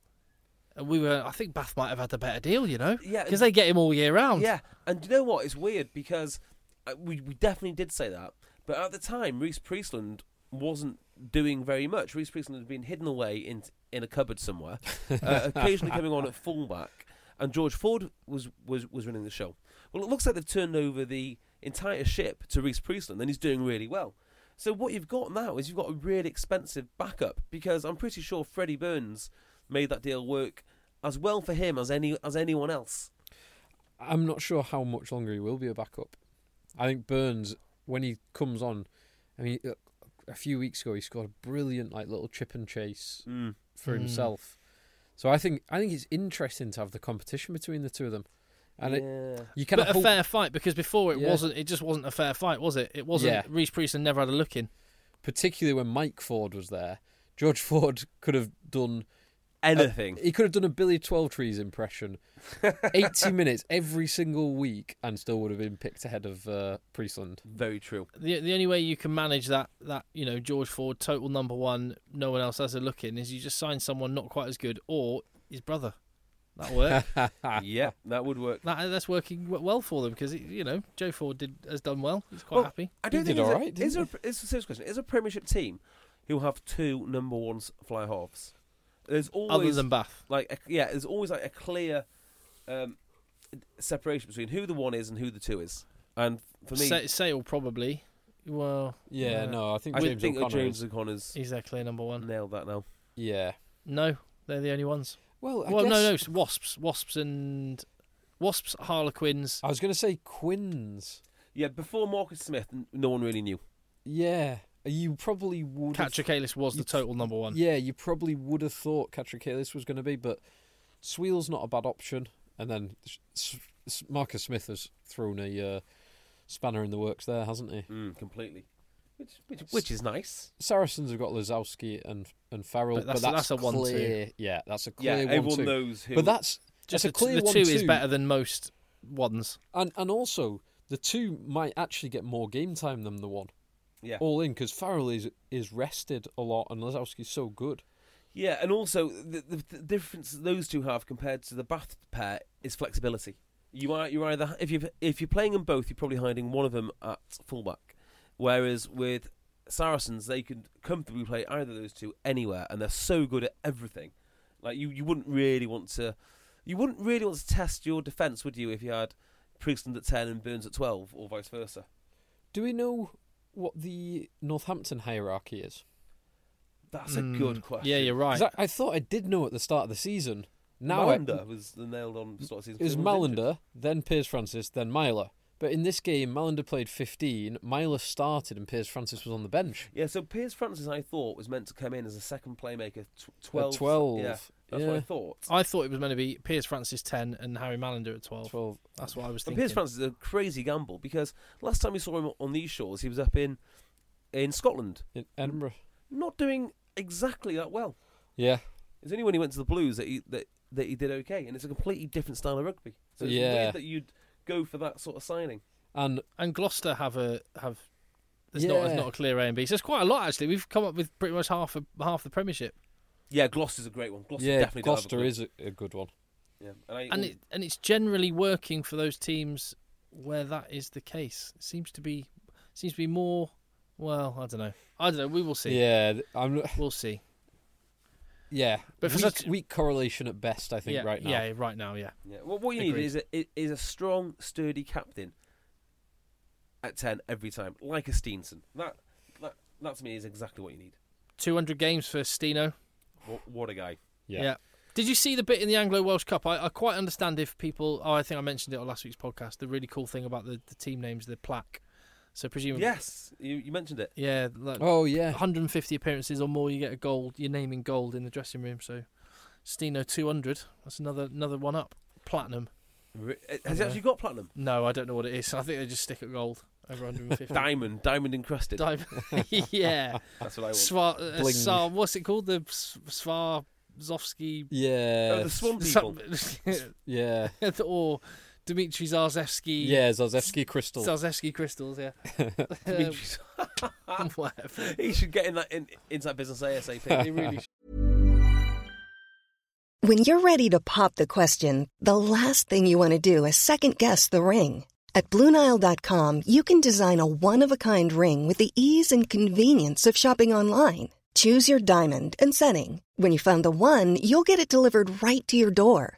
Speaker 2: and we were. I think Bath might have had the better deal, you know,
Speaker 3: Yeah,
Speaker 2: because they get him all year round.
Speaker 3: yeah, and you know what? It's weird because uh, we we definitely did say that, but at the time, Reese Priestland wasn't doing very much. Reese Priestland had been hidden away in in a cupboard somewhere, uh, occasionally coming on at fullback, and George Ford was was was running the show. Well, it looks like they've turned over the entire ship to Reese Priestland, and he's doing really well. So what you've got now is you've got a really expensive backup because I'm pretty sure Freddie Burns made that deal work as well for him as any as anyone else.
Speaker 4: I'm not sure how much longer he will be a backup. I think Burns, when he comes on, I mean, uh, a few weeks ago he scored a brilliant like little chip and chase
Speaker 2: Mm.
Speaker 4: for himself. So I think I think it's interesting to have the competition between the two of them, and it,
Speaker 3: yeah.
Speaker 4: you kind
Speaker 2: But
Speaker 4: of
Speaker 2: a fair fight because before it
Speaker 4: Yeah.
Speaker 2: wasn't. It just wasn't a fair fight, was it? It wasn't.
Speaker 4: Yeah.
Speaker 2: Reese Priestland never had a look in.
Speaker 4: particularly when Mike Ford was there. George Ford could have done
Speaker 3: Anything.
Speaker 4: He could have done a Billy Twelve Trees impression, eighty minutes every single week, and still would have been picked ahead of uh, Priestland.
Speaker 3: Very true.
Speaker 2: The the only way you can manage that that you know George Ford total number one, no one else has a look in, is you just sign someone not quite as good or his brother. That work.
Speaker 3: yeah, that would work.
Speaker 2: that uh, that's working w- well for them because you know Joe Ford did has done well. He's quite
Speaker 3: Well,
Speaker 2: happy.
Speaker 3: I don't
Speaker 4: He
Speaker 3: think
Speaker 4: did
Speaker 3: is
Speaker 4: alright,
Speaker 3: a,
Speaker 4: didn't
Speaker 3: is a, it's a serious question. Is a Premiership team who have two number ones fly halves? There's
Speaker 2: Other
Speaker 3: always
Speaker 2: than Bath,
Speaker 3: like a, yeah, there's always like a clear um, separation between who the one is and who the two is. And for me,
Speaker 2: Sa- Sale probably. Well,
Speaker 4: Yeah,
Speaker 2: Uh,
Speaker 4: no, I think
Speaker 3: I
Speaker 4: James
Speaker 3: think
Speaker 4: O'Connor.
Speaker 3: James
Speaker 4: is-
Speaker 3: O'Connor's
Speaker 2: he's their clear number one.
Speaker 3: nailed that now.
Speaker 4: yeah.
Speaker 2: No, they're the only ones.
Speaker 4: Well, I
Speaker 2: well,
Speaker 4: guess-
Speaker 2: no, no, it's Wasps, Wasps, and Wasps, Harlequins.
Speaker 4: I was going to say Quinns.
Speaker 3: Yeah, before Marcus Smith, n- no one really knew.
Speaker 4: Yeah, you probably would. have-
Speaker 2: Catricalis was the total number one.
Speaker 4: Yeah, you probably would have thought Catricalis was going to be, but Sweel's not a bad option. And then S- S- S- Marcus Smith has thrown a uh, spanner in the works there, hasn't he?
Speaker 3: Mm, completely. Which, which, which is nice.
Speaker 4: Saracens have got Lazowski and and Farrell,
Speaker 2: But that's-
Speaker 4: but that's,
Speaker 2: that's a one-two.
Speaker 4: clear. Yeah, that's a
Speaker 3: Yeah,
Speaker 4: clear
Speaker 3: everyone
Speaker 4: one-two.
Speaker 3: knows who.
Speaker 4: But that's
Speaker 2: Just
Speaker 4: that's a
Speaker 2: the, t-
Speaker 4: clear
Speaker 2: the
Speaker 4: one
Speaker 2: two is better than most ones.
Speaker 4: and and also the two might actually get more game time than the one.
Speaker 3: yeah,
Speaker 4: all in because Farrell is is rested a lot and Lazowski's so good.
Speaker 3: yeah, and also the, the, the difference those two have compared to the Bath pair is flexibility. You are you're either if you if you're playing them both, you're probably hiding one of them at fullback, whereas with Saracens they can comfortably play either of those two anywhere, and they're so good at everything. Like you, you wouldn't really want to, you wouldn't really want to test your defense, would you, if you had Priestland at ten and Burns at twelve, or vice versa?
Speaker 4: Do we know what the Northampton hierarchy is?
Speaker 3: That's a good
Speaker 2: Mm,
Speaker 3: question.
Speaker 2: Yeah, you're
Speaker 4: 'Cause
Speaker 2: right.
Speaker 4: I, I thought I did know at the start of the season. Now I-
Speaker 3: Malander was the nailed on start of season.
Speaker 4: it was
Speaker 3: two, wasn't
Speaker 4: Malander, then Piers Francis, then Myler. But in this game, Malander played 15, Myler started, and Piers Francis was on the bench.
Speaker 3: Yeah, so Piers Francis, I thought, was meant to come in as a second playmaker. Tw-
Speaker 4: At
Speaker 3: 12.
Speaker 4: 12.
Speaker 3: Yeah, that's what I
Speaker 4: yeah.
Speaker 3: thought.
Speaker 2: I thought it was meant to be Piers Francis ten and Harry Malander at twelve.
Speaker 4: 12.
Speaker 2: That's what I was
Speaker 3: But
Speaker 2: thinking.
Speaker 3: Piers Francis is a crazy gamble because last time we saw him on these shores, he was up in in Scotland,
Speaker 4: in Edinburgh.
Speaker 3: not doing exactly that well.
Speaker 4: Yeah.
Speaker 3: It's only when he went to the Blues that he that, that he did okay, and it's a completely different style of rugby. So it's
Speaker 4: Yeah.
Speaker 3: weird that you'd go for that sort of signing.
Speaker 4: And
Speaker 2: and Gloucester have a have. There's not there's
Speaker 4: Yeah.
Speaker 2: not a clear A and B. So it's quite a lot actually. We've come up with pretty much half of, half the Premiership,
Speaker 3: Yeah, Gloucester's a great one. Gloucester
Speaker 4: yeah,
Speaker 3: definitely does have a
Speaker 4: Gloucester
Speaker 3: good-
Speaker 4: is a, a good one.
Speaker 3: Yeah, and, I,
Speaker 2: and it and it's generally working for those teams where that is the case. It seems to be seems to be more. Well, I don't know. I don't know. We will see.
Speaker 4: Yeah, th- I'm.
Speaker 2: We'll see.
Speaker 4: Yeah,
Speaker 2: But
Speaker 4: but
Speaker 2: for
Speaker 4: weak,
Speaker 2: such-
Speaker 4: weak correlation at best, I think,
Speaker 2: yeah,
Speaker 4: right now.
Speaker 2: Yeah, right now. Yeah.
Speaker 3: Yeah. Well, what you need
Speaker 2: Agreed.
Speaker 3: is a i- is a strong, sturdy captain at ten every time, like a Steenson. That that that to me is exactly what you need.
Speaker 2: Two hundred games for Stino.
Speaker 3: What, what a guy!
Speaker 2: Yeah. Did you see the bit in the Anglo Welsh Cup? I, I quite understand if people. Oh, I think I mentioned it on last week's podcast. The really cool thing about the, the team names, the plaque. So presumably,
Speaker 3: Yes, you, you mentioned it.
Speaker 2: yeah, like
Speaker 4: Oh, yeah.
Speaker 2: 150 appearances or more, you get a gold. You're naming gold in the dressing room. So, Stino 200. That's another another one up. Platinum.
Speaker 3: Re- eh, Has he actually got platinum,
Speaker 2: No, I don't know what it is. I think they just stick at gold over 150.
Speaker 3: diamond, diamond encrusted?
Speaker 2: Diamond. yeah.
Speaker 3: That's what I want.
Speaker 2: Svar. Uh,
Speaker 4: Bling.
Speaker 2: Sar, what's it called? The Svarzovsky. uh,
Speaker 4: Yeah.
Speaker 3: Oh, the Swan people.
Speaker 4: yeah.
Speaker 2: or Dmitry Zarzewski.
Speaker 4: Yeah, Zalzewski Crystal.
Speaker 2: Zarzewski crystals, yeah. Um, uh, whatever.
Speaker 3: he should get in that in, into that business asap.
Speaker 2: They really
Speaker 5: When you're ready to pop the question, the last thing you want to do is second guess the ring. At Bluenile.com, you can design a one of a kind ring with the ease and convenience of shopping online. Choose your diamond and setting. When you find the one, you'll get it delivered right to your door.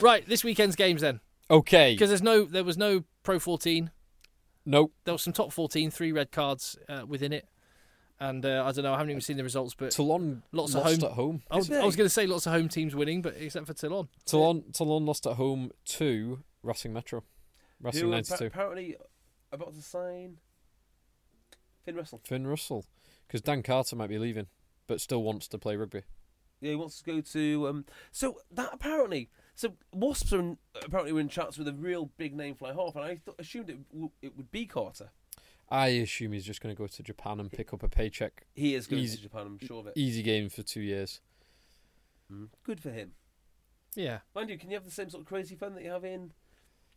Speaker 2: Right, this weekend's games then,
Speaker 4: Okay.
Speaker 2: because there's no, there was no Pro 14.
Speaker 4: Nope.
Speaker 2: There was some top 14, three red cards uh, within it, and uh, I don't know. I haven't even seen the results, but
Speaker 4: Toulon
Speaker 2: lots of
Speaker 4: lost
Speaker 2: home. Oh,
Speaker 4: at home.
Speaker 2: I was,
Speaker 3: Did they?
Speaker 2: I was going to say lots of home teams winning, but except for Toulon.
Speaker 4: Toulon, Toulon lost at home to Racing Metro. Racing
Speaker 3: Who uh,
Speaker 4: 92.
Speaker 3: appa- apparently about to sign Finn Russell.
Speaker 4: Finn Russell. Because Dan Carter might be leaving, but still wants to play rugby.
Speaker 3: Yeah, he wants to go to. Um, so that apparently, so Wasps are in, apparently were in chats with a real big name fly half, and I th- assumed it w- it would be Carter.
Speaker 4: I assume he's just going to go to Japan and pick up a paycheck.
Speaker 3: He is going
Speaker 4: Easy-
Speaker 3: to Japan, I'm sure of it.
Speaker 4: Easy game for two years.
Speaker 3: Good for him.
Speaker 2: Yeah,
Speaker 3: Mind you, can you have the same sort of crazy fun that you have in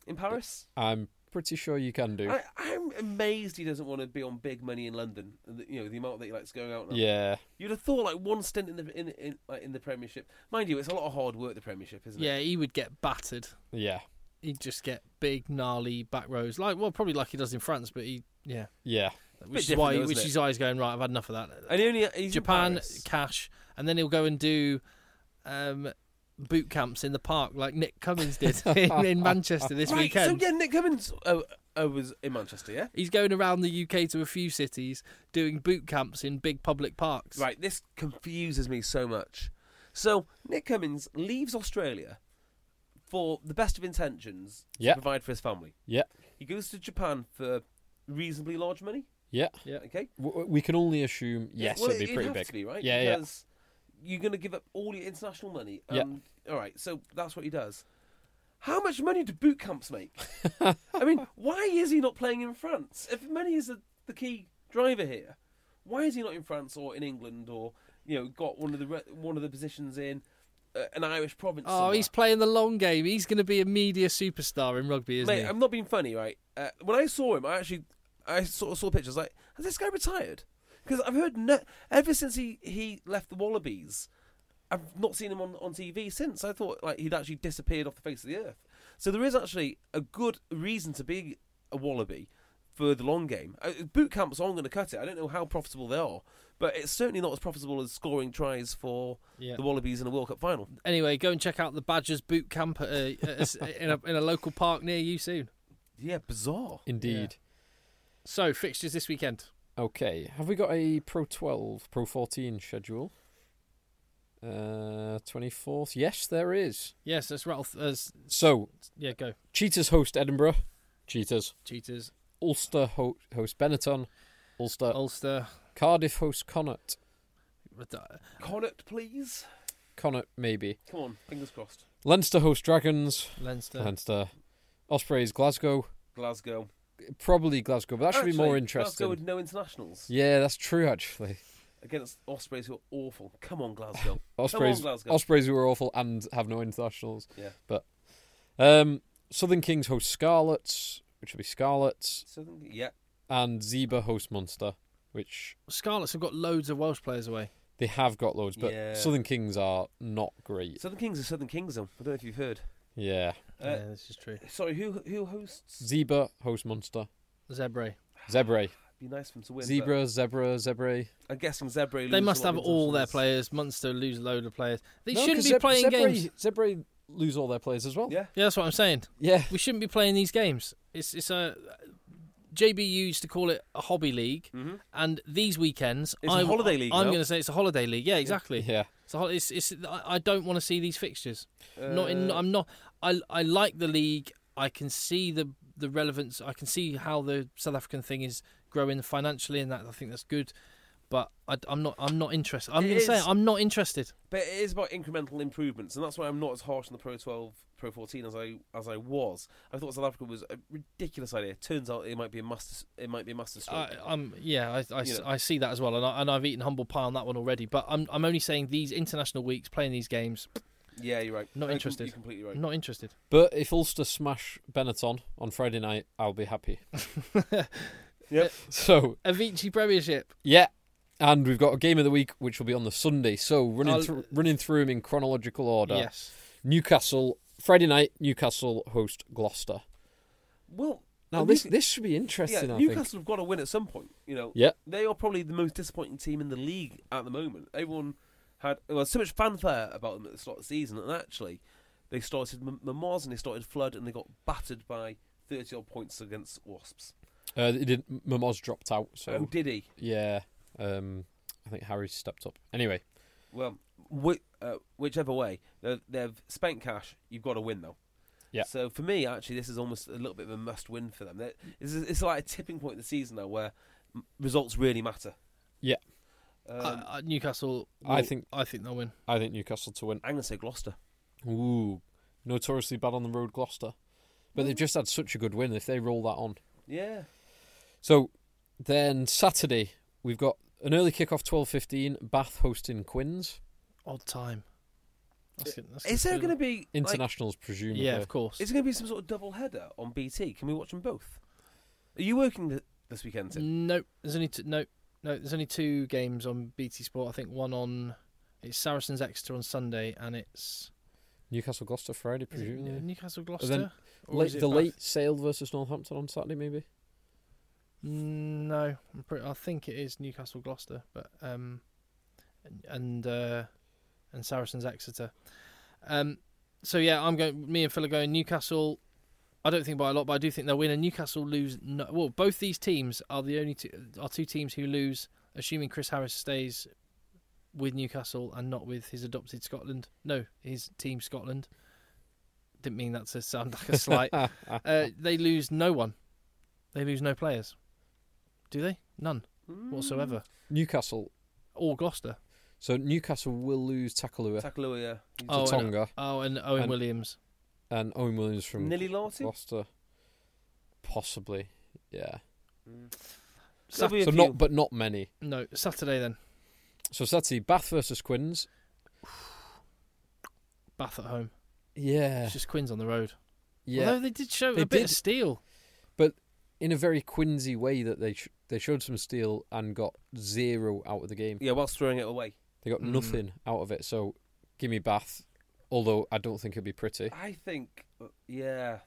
Speaker 3: in Paris?
Speaker 4: I'm pretty sure you can do.
Speaker 3: I, I'm amazed he doesn't want to be on big money in London. and the- You know the amount that he likes going out. Now.
Speaker 4: yeah.
Speaker 3: You'd have thought like one stint in the in in, like, in the Premiership. Mind you, it's a lot of hard work. The Premiership, isn't
Speaker 2: yeah,
Speaker 3: it?
Speaker 2: he would get battered.
Speaker 4: Yeah.
Speaker 2: He'd just get big gnarly back rows, like well, probably like he does in France, but he yeah,
Speaker 4: Yeah.
Speaker 2: which is
Speaker 3: different
Speaker 2: why
Speaker 3: though, isn't
Speaker 2: which
Speaker 3: it?
Speaker 2: is why he's going right. I've had enough of that.
Speaker 3: And he only he's in
Speaker 2: Japan
Speaker 3: Paris.
Speaker 2: cash, and then he'll go and do um, boot camps in the park like Nick Cummins did in, in Manchester this
Speaker 3: right,
Speaker 2: weekend.
Speaker 3: So yeah, Nick Cummins uh, uh, was in Manchester. Yeah.
Speaker 2: He's going around the UK to a few cities doing boot camps in big public parks.
Speaker 3: Right, this confuses me so much. So Nick Cummins leaves Australia for the best of intentions
Speaker 4: Yeah.
Speaker 3: to provide for his family.
Speaker 4: Yeah.
Speaker 3: He goes to Japan for reasonably large money.
Speaker 4: Yeah.
Speaker 2: Yeah.
Speaker 3: Okay.
Speaker 4: W- we can only assume, yes,
Speaker 3: Well,
Speaker 4: it'd be
Speaker 3: it'd
Speaker 4: pretty
Speaker 3: have
Speaker 4: big.
Speaker 3: To be, right?
Speaker 4: Yeah, yeah.
Speaker 3: Because you're going to give up all your international money.
Speaker 4: Yeah.
Speaker 3: And, All right. So that's what he does. How much money do boot camps make? I mean, why is he not playing in France? If money is the, the key driver here, why is he not in France or in England or you know got one of the re- one of the positions in uh, an Irish province?
Speaker 2: Oh, he's
Speaker 3: somewhere?
Speaker 2: playing the long game. He's going to be a media superstar in rugby, isn't
Speaker 3: Mate,
Speaker 2: he?
Speaker 3: I'm not being funny, right? Uh, when I saw him, I actually I sort of saw pictures like, has this guy retired? Because I've heard no- ever since he he left the Wallabies, I've not seen him on, on TV since. I thought like he'd actually disappeared off the face of the earth. So there is actually a good reason to be a Wallaby for the long game. Uh, boot camps aren't going to cut it. I don't know how profitable they are, but it's certainly not as profitable as scoring tries for
Speaker 2: Yeah.
Speaker 3: the Wallabies in a World Cup final.
Speaker 2: Anyway, go and check out the Badgers boot camp at a, at a- in, a, in a local park near you soon.
Speaker 3: Yeah, bizarre.
Speaker 4: Indeed.
Speaker 2: So fixtures this weekend.
Speaker 4: Okay. Have we got a Pro 12, Pro 14 schedule? Uh, 24th. Yes, there is.
Speaker 2: Yes, that's Ralph. As
Speaker 4: So,
Speaker 2: yeah, go
Speaker 4: Cheetahs host Edinburgh. Cheetahs.
Speaker 2: cheaters.
Speaker 4: Ulster ho- host Benetton.
Speaker 3: Uh,
Speaker 4: Ulster.
Speaker 2: Ulster.
Speaker 4: Cardiff host Connacht.
Speaker 3: Connacht, please.
Speaker 4: Connacht, maybe.
Speaker 3: Come on, fingers crossed.
Speaker 4: Leinster host Dragons.
Speaker 2: Leinster.
Speaker 4: Leinster. Ospreys Glasgow.
Speaker 3: Glasgow.
Speaker 4: Probably Glasgow, but that should be more
Speaker 3: Actually,
Speaker 4: interesting.
Speaker 3: Glasgow with no internationals
Speaker 4: Yeah, that's true, actually.
Speaker 3: against Ospreys, who are awful. Come on, Glasgow.
Speaker 4: Ospreys,
Speaker 3: Come on, Glasgow.
Speaker 4: Ospreys who are awful and have no internationals.
Speaker 3: yeah.
Speaker 4: But um, Southern Kings host Scarlets, which will be Scarlets,
Speaker 3: So then- yeah.
Speaker 4: and Zebra host Munster, which
Speaker 2: Scarlets have got loads of Welsh players away.
Speaker 4: they have got loads, but
Speaker 3: Yeah.
Speaker 4: Southern Kings are not great.
Speaker 3: Southern Kings are Southern Kingdom. I don't know if you've heard.
Speaker 4: yeah,
Speaker 3: Uh,
Speaker 2: yeah, this is true.
Speaker 3: Sorry, who who hosts?
Speaker 4: Zebra host Munster,
Speaker 2: Zebre.
Speaker 4: Zebra,
Speaker 3: It'd be nice for them to win. but
Speaker 4: Zebra, Zebra, Zebra.
Speaker 3: I'm guessing Zebra.
Speaker 2: They
Speaker 3: lose
Speaker 2: must
Speaker 3: a lot of
Speaker 2: have all their
Speaker 3: internationals.
Speaker 2: players. Munster lose a load of players. They
Speaker 4: No,
Speaker 2: shouldn't
Speaker 4: 'cause
Speaker 2: be
Speaker 4: Zeb-
Speaker 2: playing
Speaker 4: Zebra,
Speaker 2: games.
Speaker 4: Zebra lose all their players as well.
Speaker 3: Yeah.
Speaker 2: Yeah, that's what I'm saying.
Speaker 4: yeah.
Speaker 2: We shouldn't be playing these games. It's it's a JB used to call it a hobby league, and these weekends
Speaker 3: Mm-hmm. It's a
Speaker 2: I,
Speaker 3: holiday league
Speaker 2: I'm
Speaker 3: now.
Speaker 2: going to say it's a holiday league. Yeah, exactly.
Speaker 4: Yeah.
Speaker 2: It's a hol- it's, it's, I I don't
Speaker 3: uh,
Speaker 2: want to see these fixtures. not in. I'm not. I I like the league. I can see the the relevance. I can see how the South African thing is growing financially, and that I think that's good. But I, am not. I'm not interested. I'm
Speaker 3: It
Speaker 2: going to say
Speaker 3: is-
Speaker 2: it, I'm not interested.
Speaker 3: But it is about incremental improvements, and that's why I'm not as harsh on the Pro 12, Pro 14 as I as I was. I thought South Africa was a ridiculous idea. Turns out it might be a master. It might be a master
Speaker 2: I,
Speaker 3: stroke.
Speaker 2: I'm yeah, I, I s-
Speaker 3: You know.
Speaker 2: I see that as well, and, I, and I've eaten humble pie on that one already. But I'm I'm only saying these international weeks playing these games,
Speaker 3: yeah, you're right.
Speaker 2: Not
Speaker 3: You're com-
Speaker 2: interested.
Speaker 3: You're completely right.
Speaker 2: not interested.
Speaker 4: But if Ulster smash Benetton on Friday night, I'll be happy.
Speaker 3: Yep.
Speaker 4: So
Speaker 2: Avicii Premiership.
Speaker 4: yeah, and we've got a game of the week which will be on the Sunday. So running
Speaker 2: I'll-
Speaker 4: through running through them in chronological order.
Speaker 2: Yes.
Speaker 4: Newcastle Friday night. Newcastle host Gloucester.
Speaker 3: Well,
Speaker 4: Now
Speaker 3: and
Speaker 4: this
Speaker 3: Newca-
Speaker 4: this should be interesting.
Speaker 3: yeah,
Speaker 4: I
Speaker 3: Newcastle
Speaker 4: think.
Speaker 3: have got to win at some point. You know,
Speaker 4: Yeah.
Speaker 3: they are probably the most disappointing team in the league at the moment. Everyone had well so much fanfare about them at the start of the season, and actually, they started M- Mamars and they started Flood, and they got battered by thirty odd points against Wasps.
Speaker 4: Uh, it did Mamos dropped out. So
Speaker 3: oh, did he?
Speaker 4: yeah, um, I think Harry stepped up. Anyway,
Speaker 3: Well, whi uh, whichever way, they've, they've spent cash. You've got to win though.
Speaker 4: Yeah.
Speaker 3: So for me, actually, this is almost a little bit of a must-win for them. They- It's, it's like a tipping point in the season now where m- results really matter.
Speaker 4: Yeah.
Speaker 3: Um,
Speaker 2: I- I- Uh, Newcastle.
Speaker 4: I
Speaker 2: will-
Speaker 4: think-
Speaker 2: I think they'll win.
Speaker 4: I think Newcastle to win.
Speaker 3: I'm gonna say Gloucester.
Speaker 4: Ooh, notoriously bad on the road, Gloucester. But they've just had such a good win. If they roll that on,
Speaker 3: Yeah.
Speaker 4: so then Saturday we've got an early kickoff, twelve fifteen. Bath hosting Quinns
Speaker 2: Odd time. That's good- that's
Speaker 3: Is there
Speaker 2: good.
Speaker 3: going to be like,
Speaker 4: internationals, presumably.
Speaker 2: Yeah, of course.
Speaker 3: Is there going to be some sort of double header on BT? Can we watch them both? Are you working th- this weekend? Tim?
Speaker 2: Nope. There's only two, no, no. There's only two games on BT Sport. I think one on it's Saracens Exeter on Sunday, and it's
Speaker 4: Newcastle Gloucester Friday,
Speaker 2: is it
Speaker 4: presumably.
Speaker 2: Newcastle Gloucester.
Speaker 4: then
Speaker 2: Or
Speaker 4: late,
Speaker 2: is it
Speaker 4: the
Speaker 2: Bath?
Speaker 4: late Sale versus Northampton on Saturday, maybe.
Speaker 2: Mm, No, I'm pretty, I think it is Newcastle Gloucester, but um, and- and uh, and Saracens Exeter. Um, so yeah, I'm going. Me and Phil are going Newcastle. I don't think by a lot, but I do think they'll win. And Newcastle lose. No, well, both these teams are the only two, are two teams who lose, assuming Chris Harris stays with Newcastle and not with his adopted Scotland. No, his team Scotland. Didn't mean that to sound like a slight. uh, they lose no one. They lose no players. Do they? None
Speaker 3: Mm.
Speaker 2: whatsoever.
Speaker 4: Newcastle.
Speaker 2: All Gloucester.
Speaker 4: So Newcastle will lose Takalua
Speaker 3: Takalua, yeah. He's
Speaker 2: Oh,
Speaker 4: to
Speaker 2: and-
Speaker 4: Tonga
Speaker 2: Oh, and Owen
Speaker 4: And-
Speaker 2: Williams.
Speaker 4: and Owen Williams
Speaker 3: a-
Speaker 4: from
Speaker 3: Nilly Larty.
Speaker 4: Gloucester. Possibly, yeah.
Speaker 3: There'll be Mm. a
Speaker 4: So
Speaker 3: few.
Speaker 4: not, but not many.
Speaker 2: No, Saturday then.
Speaker 4: So Saturday, Bath versus Quinns.
Speaker 2: Bath at home.
Speaker 4: Yeah,
Speaker 2: It's just Quinns on the road.
Speaker 4: yeah.
Speaker 2: Although they did show
Speaker 4: They
Speaker 2: a bit
Speaker 4: did.
Speaker 2: of steel.
Speaker 4: in a very Quincy way that they sh- they showed some steel and got zero out of the game.
Speaker 3: yeah, whilst throwing it away.
Speaker 4: They got
Speaker 2: Mm.
Speaker 4: nothing out of it. So give me Bath, although I don't think it'd be pretty.
Speaker 3: I think, uh, yeah,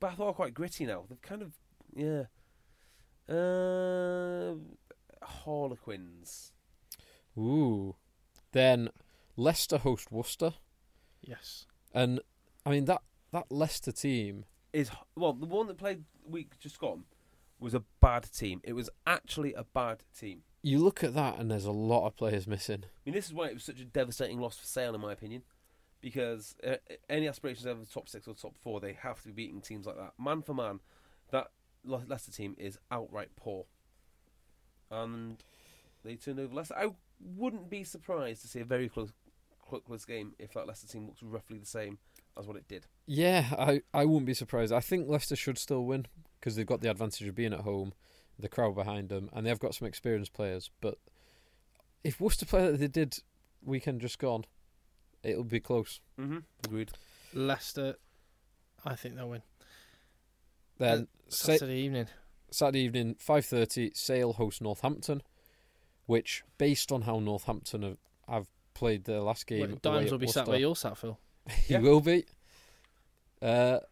Speaker 3: Bath are quite gritty now. They've kind of, yeah. Um Harlequins.
Speaker 4: Ooh. Then Leicester host Worcester,
Speaker 2: Yes.
Speaker 4: and I mean that that Leicester team.
Speaker 3: is well the one that played week just gone was a bad team. It was actually a bad team.
Speaker 4: You look at that, and there's a lot of players missing.
Speaker 3: I mean, this is why it was such a devastating loss for Sale, in my opinion, because uh, any aspirations over the top six or top four, they have to be beating teams like that. Man for man, that Le- Leicester team is outright poor, and they turned over Leicester. I wouldn't be surprised to see a very close, cl- close game if that Leicester team looks roughly the same as what it did.
Speaker 4: Yeah, I I wouldn't be surprised. I think Leicester should still win because they've got the advantage of being at home, the crowd behind them, and they've got some experienced players. But if Worcester play like they did weekend just gone, it'll be close.
Speaker 3: Mm-hmm. Agreed.
Speaker 2: Leicester. I think they'll win.
Speaker 4: Then Sa-
Speaker 2: Saturday evening.
Speaker 4: Saturday evening, five thirty, Sale host Northampton, which, based on how Northampton have, have played their last
Speaker 2: Well,
Speaker 4: game, away
Speaker 2: Dimes
Speaker 4: at
Speaker 2: will be sat
Speaker 4: Worcester,
Speaker 2: where you're sat, Phil.
Speaker 4: he
Speaker 3: Yeah.
Speaker 4: will be. Uh,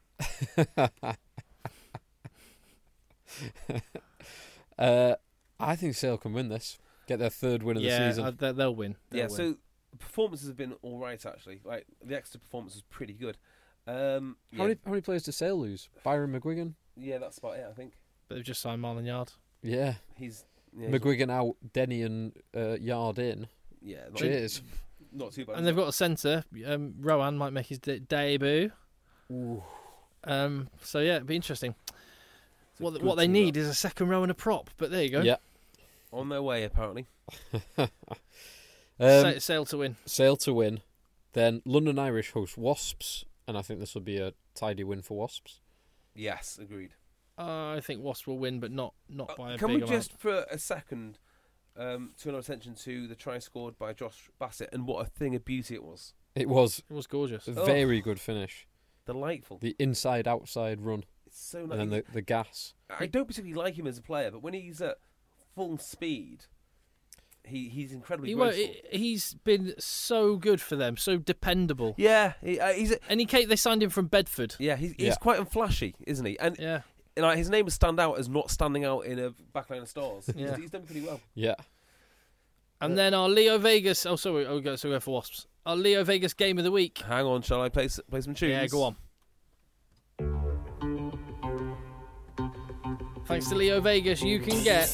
Speaker 4: uh, I think Sale can win this. Get their third win of the
Speaker 2: yeah,
Speaker 4: season.
Speaker 2: uh, they- they'll win. They'll
Speaker 3: yeah,
Speaker 2: win.
Speaker 3: so performances have been all right actually. Like the extra performance was pretty good. Um,
Speaker 4: how
Speaker 3: yeah,
Speaker 4: many how many players does Sale lose? Byron McGuigan.
Speaker 3: yeah, that's about it. I think
Speaker 2: But they've just signed Marlon Yard.
Speaker 4: Yeah,
Speaker 3: he's yeah, he's-
Speaker 4: McGuigan out, Denny and uh, Yard in.
Speaker 3: yeah, not,
Speaker 4: Cheers.
Speaker 3: not too bad.
Speaker 2: And they've got a centre. Um, Rowan might make his de- debut. Um, so yeah, it'd be interesting.
Speaker 3: It's a
Speaker 2: What
Speaker 3: good
Speaker 2: what they
Speaker 3: team
Speaker 2: need
Speaker 3: up.
Speaker 2: is a second row and a prop. But there you go.
Speaker 4: Yeah.
Speaker 3: on their way apparently.
Speaker 4: Um,
Speaker 2: Sa- Sale to win.
Speaker 4: Sale to win. Then London Irish host Wasps, and I think this will be a tidy win for Wasps.
Speaker 3: Yes, agreed.
Speaker 2: Uh, I think Wasps will win, but not not by
Speaker 3: Uh,
Speaker 2: a
Speaker 3: Can we
Speaker 2: big amount.
Speaker 3: just for a second um, turn our attention to the try scored by Josh Bassett and what a thing of beauty it was.
Speaker 4: It was
Speaker 2: It was gorgeous.
Speaker 4: a
Speaker 3: Oh.
Speaker 4: very good finish.
Speaker 3: Delightful.
Speaker 4: The inside outside run,
Speaker 3: It's so
Speaker 4: and
Speaker 3: nice.
Speaker 4: then the, the gas.
Speaker 3: I don't particularly like him as a player, but when he's at full speed, he he's incredibly
Speaker 2: He won't,
Speaker 3: graceful.
Speaker 2: he's been so good for them, so dependable.
Speaker 3: yeah, he, uh, he's a,
Speaker 2: And he came, they signed him from Bedford.
Speaker 3: yeah Uh, he's, he's
Speaker 4: Yeah.
Speaker 3: quite unflashy, isn't he? And
Speaker 2: Yeah.
Speaker 3: and like, his name will stand out as not standing out in a backline of stars.
Speaker 2: Yeah.
Speaker 3: he's, he's done pretty well.
Speaker 4: Yeah,
Speaker 2: And then our Leo Vegas. Oh, sorry. Oh, go, so we go for Wasps. Our Leo Vegas game of the week.
Speaker 3: Hang on, shall I play s- play some tunes?
Speaker 2: Yeah, go on. Thanks to Leo Vegas, you can get.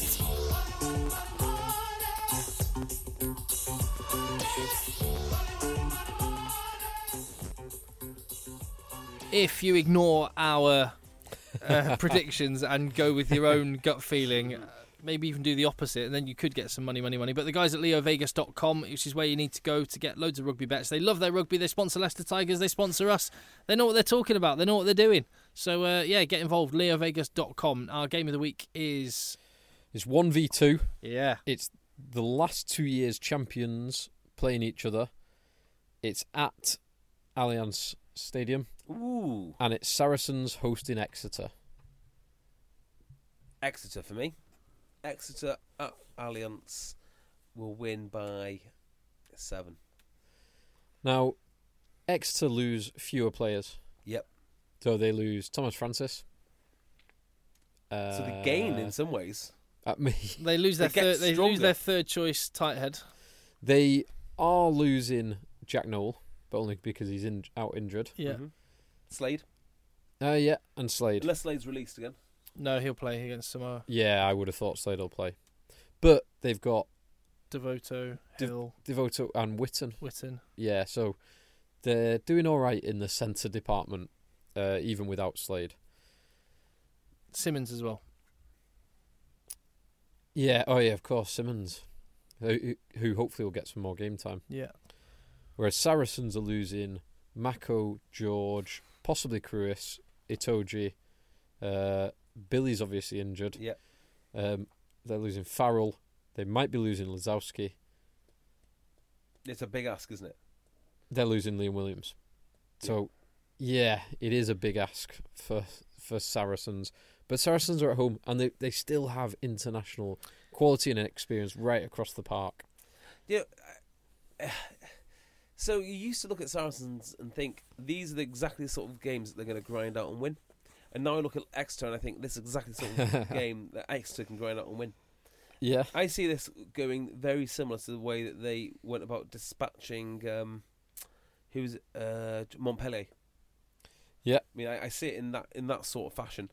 Speaker 2: If you ignore our uh, predictions and go with your own gut feeling, uh, maybe even do the opposite, and then you could get some money, money, money. But the guys at leovegas.com, which is where you need to go to get loads of rugby bets, they love their rugby. They sponsor Leicester Tigers, they sponsor us. They know what they're talking about, they know what they're doing. So, uh, yeah, get involved. leovegas.com. Our game of the week is.
Speaker 4: it's one v two.
Speaker 2: Yeah.
Speaker 4: It's the last two years champions playing each other. It's at Allianz Stadium,
Speaker 3: Ooh,
Speaker 4: and it's Saracens hosting Exeter.
Speaker 3: Exeter for me. Exeter at Alliance will win by seven.
Speaker 4: Now, Exeter lose fewer players,
Speaker 3: Yep.
Speaker 4: so they lose Thomas Francis. Uh,
Speaker 3: So the gain in some ways.
Speaker 4: at me.
Speaker 2: They lose their
Speaker 3: They get
Speaker 2: third, they lose
Speaker 3: stronger.
Speaker 2: their third choice tight head.
Speaker 4: They are losing Jack Noel, but only because he's in, out injured.
Speaker 2: Yeah.
Speaker 3: Mhm. Slade.
Speaker 4: Uh, yeah, and Slade.
Speaker 3: Unless Slade's released again.
Speaker 2: No, he'll play against Samoa.
Speaker 4: Yeah, I would have thought Slade will play, but they've got
Speaker 2: Devoto,
Speaker 4: Div-
Speaker 2: Hill,
Speaker 4: Devoto and Witten.
Speaker 2: Witten.
Speaker 4: Yeah, so they're doing all right in the centre department, uh, even without Slade.
Speaker 2: Simmons as well.
Speaker 4: Yeah, oh yeah, of course Simmons, who, who hopefully will get some more game time.
Speaker 2: Yeah.
Speaker 4: Whereas Saracens are losing Mako, George, possibly Cruis, Itoji. Uh, Billy's obviously injured.
Speaker 3: Yep.
Speaker 4: Um, they're losing Farrell. They might be losing Lazowski.
Speaker 3: It's a big ask, isn't it?
Speaker 4: They're losing Liam Williams. So, yeah, it is a big ask for for Saracens. But Saracens are at home and they, they still have international quality and experience right across the park.
Speaker 3: Yeah. I- So you used to look at Saracens and think these are the exactly the sort of games that they're going to grind out and win, and now I look at Exeter and I think this is exactly the sort of game that Exeter can grind out and win.
Speaker 4: Yeah.
Speaker 3: I see this going very similar to the way that they went about dispatching um, who's uh, Montpellier.
Speaker 4: Yeah.
Speaker 3: I mean, I, I see it in that in that sort of fashion.